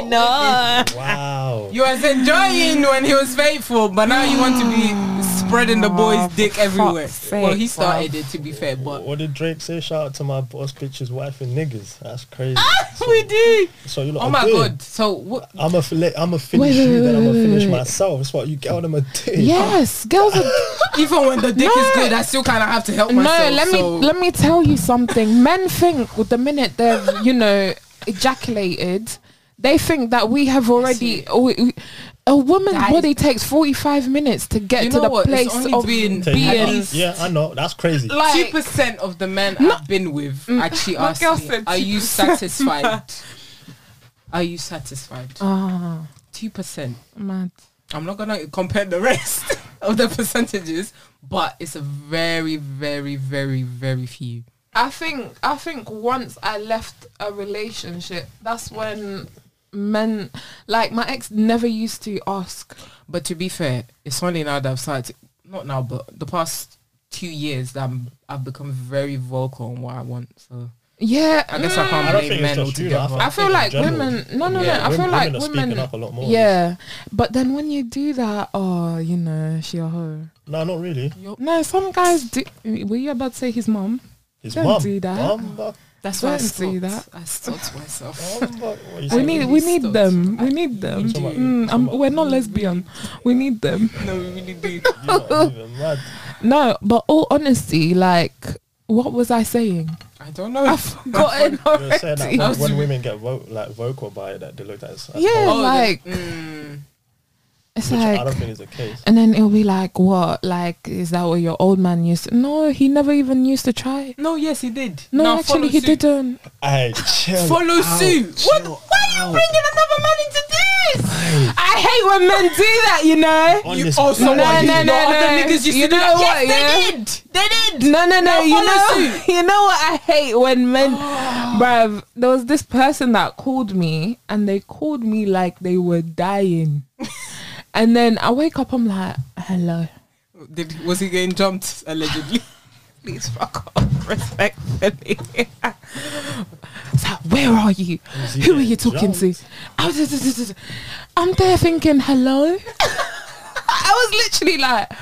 Speaker 2: got
Speaker 1: know.
Speaker 4: Wow.
Speaker 2: You was enjoying when he was faithful, but now you want to be spreading the boy's
Speaker 1: Oh,
Speaker 2: dick
Speaker 1: for
Speaker 2: everywhere.
Speaker 1: fuck's
Speaker 2: Well, he
Speaker 1: sake, bro.
Speaker 2: started it to be fair, but
Speaker 4: What did Drake say? Shout out to my boss bitch's wife and niggas. That's crazy.
Speaker 2: we do.
Speaker 4: So you lot
Speaker 2: Oh
Speaker 4: are
Speaker 2: my
Speaker 4: doing.
Speaker 2: god! So what?
Speaker 4: I'm a fli- I'm a finish
Speaker 1: Wait, wait,
Speaker 4: you, then I'm a
Speaker 1: wait, wait,
Speaker 4: finish
Speaker 1: wait.
Speaker 4: myself. That's what you get on them a doing.
Speaker 1: Yes, girls are
Speaker 2: Even when the dick
Speaker 1: No.
Speaker 2: is good, I still kind of have to help
Speaker 1: No,
Speaker 2: myself.
Speaker 1: let me
Speaker 2: so-
Speaker 1: let me tell you something. Men think with the minute they've you know ejaculated, they think that we have already.
Speaker 2: it.
Speaker 1: oh, we- A woman's
Speaker 2: That is-
Speaker 1: body takes forty five minutes to get
Speaker 2: You
Speaker 1: to
Speaker 2: know
Speaker 1: the
Speaker 2: what? It's
Speaker 1: place
Speaker 2: only
Speaker 1: of
Speaker 2: been-
Speaker 1: being.
Speaker 4: Take it
Speaker 2: At
Speaker 4: out.
Speaker 2: least-
Speaker 4: Yeah, I know. That's crazy.
Speaker 2: Two
Speaker 1: Like, Mm.
Speaker 2: percent of the men I've been with actually
Speaker 1: My
Speaker 2: asked
Speaker 1: girl
Speaker 2: me,
Speaker 1: said
Speaker 2: "Are you
Speaker 1: 2%.
Speaker 2: satisfied? Are you satisfied?"
Speaker 1: ah,
Speaker 2: Two percent.
Speaker 1: mad.
Speaker 2: I'm not gonna compare the rest of the percentages, but it's a very, very, very, very few.
Speaker 1: I think I think once I left a relationship, that's when men like my ex never used to ask.
Speaker 2: But to be fair, it's only now that I've started, to, not now, but the past two years that I'm, I've become very vocal on what I want. So
Speaker 1: Yeah, mm,
Speaker 2: I guess I can't
Speaker 4: I don't
Speaker 2: blame
Speaker 4: think
Speaker 2: men
Speaker 4: it's just you.
Speaker 2: altogether.
Speaker 4: I
Speaker 1: I feel
Speaker 4: think in
Speaker 1: like
Speaker 4: general,
Speaker 1: women. No, no,
Speaker 2: yeah,
Speaker 1: no. I feel
Speaker 4: women-
Speaker 1: like
Speaker 4: women are
Speaker 1: women.
Speaker 4: speaking up a lot more.
Speaker 1: Yeah, but then when you do that, oh, you know, she a hoe.
Speaker 4: No, not really.
Speaker 1: No, some guys do. Were you about to say his mom?
Speaker 4: His
Speaker 1: Don't
Speaker 4: mum.
Speaker 1: do that.
Speaker 4: Mum, but-
Speaker 2: That's why I Oh,
Speaker 1: Don't do that.
Speaker 2: stopped. I stopped myself.
Speaker 4: mum, but- what you
Speaker 1: We
Speaker 4: saying?
Speaker 1: need,
Speaker 2: really
Speaker 1: we need
Speaker 2: stopped.
Speaker 1: them. We need them.
Speaker 4: Somebody-
Speaker 1: Mm, um,
Speaker 4: somebody-
Speaker 1: we're not lesbian. We need them.
Speaker 2: no, we really do.
Speaker 4: You lot are even mad.
Speaker 1: No, but all honesty, like, what was I saying?
Speaker 2: I don't know.
Speaker 1: I've forgotten
Speaker 4: You were saying that
Speaker 1: already.
Speaker 2: I was
Speaker 4: when, when
Speaker 2: doing-
Speaker 4: women get vo- like vocal by it, that they looked at as, as
Speaker 1: Yeah,
Speaker 4: hoes,
Speaker 1: like,
Speaker 2: Oh, the- mm,
Speaker 1: it's
Speaker 4: which I don't
Speaker 1: like.
Speaker 4: think is the case.
Speaker 1: And then it'll be like, what? Like, is that what your old man used to? No, he never even used to try.
Speaker 2: no, yes, he did.
Speaker 1: No,
Speaker 2: Now follow
Speaker 1: actually, he
Speaker 2: suit.
Speaker 1: didn't.
Speaker 4: Hey, chill.
Speaker 2: Follow
Speaker 4: out,
Speaker 2: suit.
Speaker 4: chill
Speaker 2: What? Why are you
Speaker 4: out.
Speaker 2: bringing another man into this?
Speaker 1: I hate when men do that, you know.
Speaker 4: On
Speaker 2: You
Speaker 4: this-
Speaker 2: also
Speaker 1: No,
Speaker 2: want
Speaker 1: no,
Speaker 2: you
Speaker 1: no,
Speaker 2: know other
Speaker 1: no.
Speaker 2: niggas used
Speaker 1: You
Speaker 2: to do
Speaker 1: know
Speaker 2: that.
Speaker 1: what,
Speaker 2: Yes, they did. They did.
Speaker 1: No, no, no.
Speaker 2: Now
Speaker 1: You
Speaker 2: follow
Speaker 1: know,
Speaker 2: suit.
Speaker 1: you know what I hate when men, bruv. There was this person that called me, and they called me like they were dying. and then I wake up, I'm like, hello.
Speaker 2: Did, was he getting jumped allegedly?
Speaker 1: Please fuck off, respectfully. it's like, where are you?
Speaker 4: he
Speaker 1: Who are you
Speaker 4: getting
Speaker 1: talking to?
Speaker 4: jumped?
Speaker 1: I was, I'm there thinking, hello. I was literally like,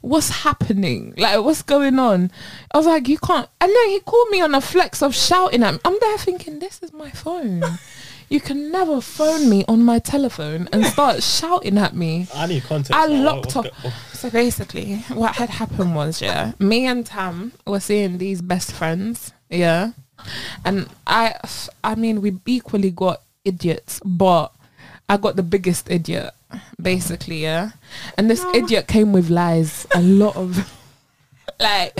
Speaker 1: what's happening? Like, what's going on? I was like, you can't. And then he called me on a flex of shouting at me. I'm there thinking, this is my phone. You can never phone me on my telephone and start shouting at me.
Speaker 4: I need context.
Speaker 1: I
Speaker 4: man. What-
Speaker 1: locked
Speaker 4: what's
Speaker 1: off.
Speaker 4: go-
Speaker 1: So basically, what had happened was, yeah, me and Tam were seeing these best friends, yeah, and I, I mean, we equally got idiots, but I got the biggest idiot, basically, yeah, and this idiot came with lies, a lot of. Like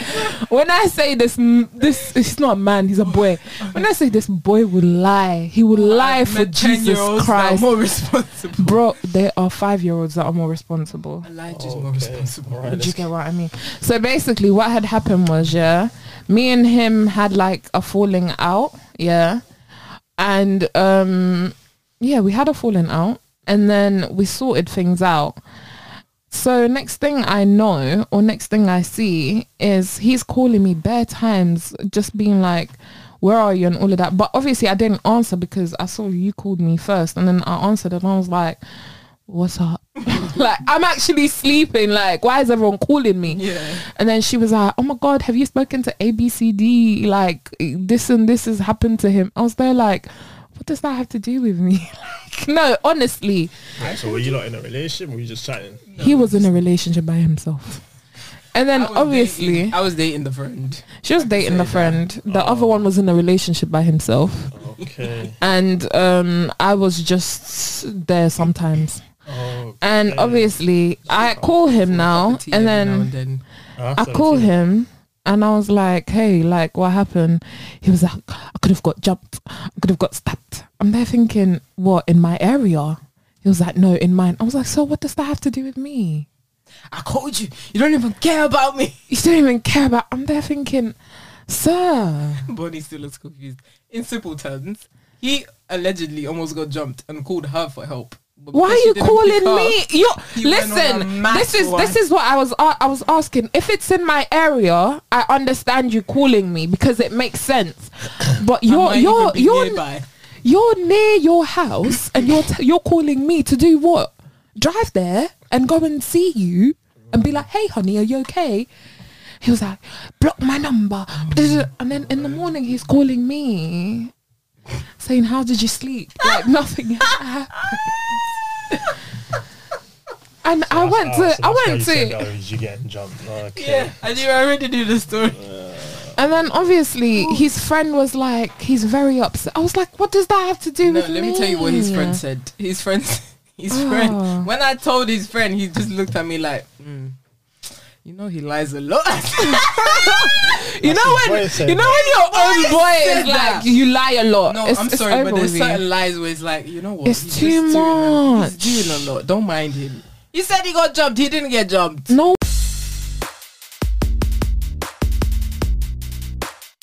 Speaker 1: when I say this, m- this he's not a man, he's a boy. When I say this boy will lie, he will lie for
Speaker 2: Met
Speaker 1: Jesus
Speaker 2: 10-year-olds
Speaker 1: Christ,
Speaker 2: That are more responsible.
Speaker 1: bro. There are five year olds that are more responsible.
Speaker 2: Elijah's
Speaker 4: Oh,
Speaker 2: more
Speaker 4: okay.
Speaker 2: responsible.
Speaker 4: All right,
Speaker 1: Do you
Speaker 4: let's-
Speaker 1: get what I mean? So basically, what had happened was, yeah, me and him had like a falling out, yeah, and um, yeah, we had a falling out, and then we sorted things out. So next thing I know, or next thing I see, is he's calling me bare times, just being like, "Where are you?" and all of that. But obviously, I didn't answer because I saw you called me first, and then I answered, and I was like, "What's up?" like I'm actually sleeping. Like, why is everyone calling me?
Speaker 2: Yeah.
Speaker 1: And then she was like, "Oh my god, have you spoken to ABCD? Like this and this has happened to him." I was there like, "What does that have to do with me?" like, no, honestly,
Speaker 4: So were you not in a relationship? Were you just chatting?
Speaker 1: he was in a relationship by himself. And then
Speaker 2: I was
Speaker 1: obviously
Speaker 2: dating- I was dating the friend.
Speaker 1: she was dating the friend. The other one was in a relationship by himself,
Speaker 4: Okay.
Speaker 1: and um, I was just there sometimes.
Speaker 4: Oh,
Speaker 1: And
Speaker 4: Okay.
Speaker 1: obviously, I call him now,
Speaker 2: Tea
Speaker 1: and
Speaker 2: every now
Speaker 1: then
Speaker 2: and then.
Speaker 1: I call him and I was like, hey, like what happened? He was like, I could have got jumped. I could have got stabbed. I'm there thinking, what, in my area? He was like, no, in mine. I was like, so what does that have to do with me?
Speaker 2: I called you. You don't even care about me.
Speaker 1: You don't even care about, I'm there thinking, sir.
Speaker 2: Bonnie still looks confused. In simple terms, he allegedly almost got jumped and called her for help. But
Speaker 1: Why are
Speaker 2: because she
Speaker 1: you
Speaker 2: didn't pick
Speaker 1: calling
Speaker 2: up-
Speaker 1: me? You
Speaker 2: He went on
Speaker 1: listen.
Speaker 2: a mad
Speaker 1: This is
Speaker 2: one.
Speaker 1: this is what I was a- I was asking. If it's in my area, I understand you calling me because it makes sense. But
Speaker 2: I
Speaker 1: you're
Speaker 2: might
Speaker 1: you're
Speaker 2: even be
Speaker 1: you're
Speaker 2: nearby.
Speaker 1: you're near your house and you're t- you're calling me to do what? Drive there and go and see you and be like, "Hey, honey, are you okay?" He was like, "Block my number," and then in the morning he's calling me, saying, "How did you sleep?" Like nothing. happened. and I went to I went to,
Speaker 4: You getting jumped? Okay.
Speaker 2: Yeah, I knew. I already knew the story.
Speaker 1: and then obviously his friend was like, "He's very upset." I was like, "What does that have to do
Speaker 2: No,
Speaker 1: with
Speaker 2: let me tell you what his
Speaker 1: me?"
Speaker 2: friend said. His friend, his
Speaker 1: Oh.
Speaker 2: friend. When I told his friend, he just looked at me like, "Mm, you know, he lies a lot.
Speaker 1: You
Speaker 4: That's
Speaker 1: know
Speaker 4: his
Speaker 1: when
Speaker 4: boy saying
Speaker 1: you know when your own boy
Speaker 2: said
Speaker 1: is like
Speaker 2: that?
Speaker 1: you lie a lot.
Speaker 2: no,
Speaker 1: It's-
Speaker 2: I'm
Speaker 1: it's
Speaker 2: sorry, but
Speaker 1: over with
Speaker 2: there's
Speaker 1: you.
Speaker 2: certain lies where it's like, you know what?
Speaker 1: It's
Speaker 2: he's
Speaker 1: too
Speaker 2: just doing a-
Speaker 1: much.
Speaker 2: He's doing a lot. Don't mind him. He said he got jumped. He didn't get jumped.
Speaker 1: No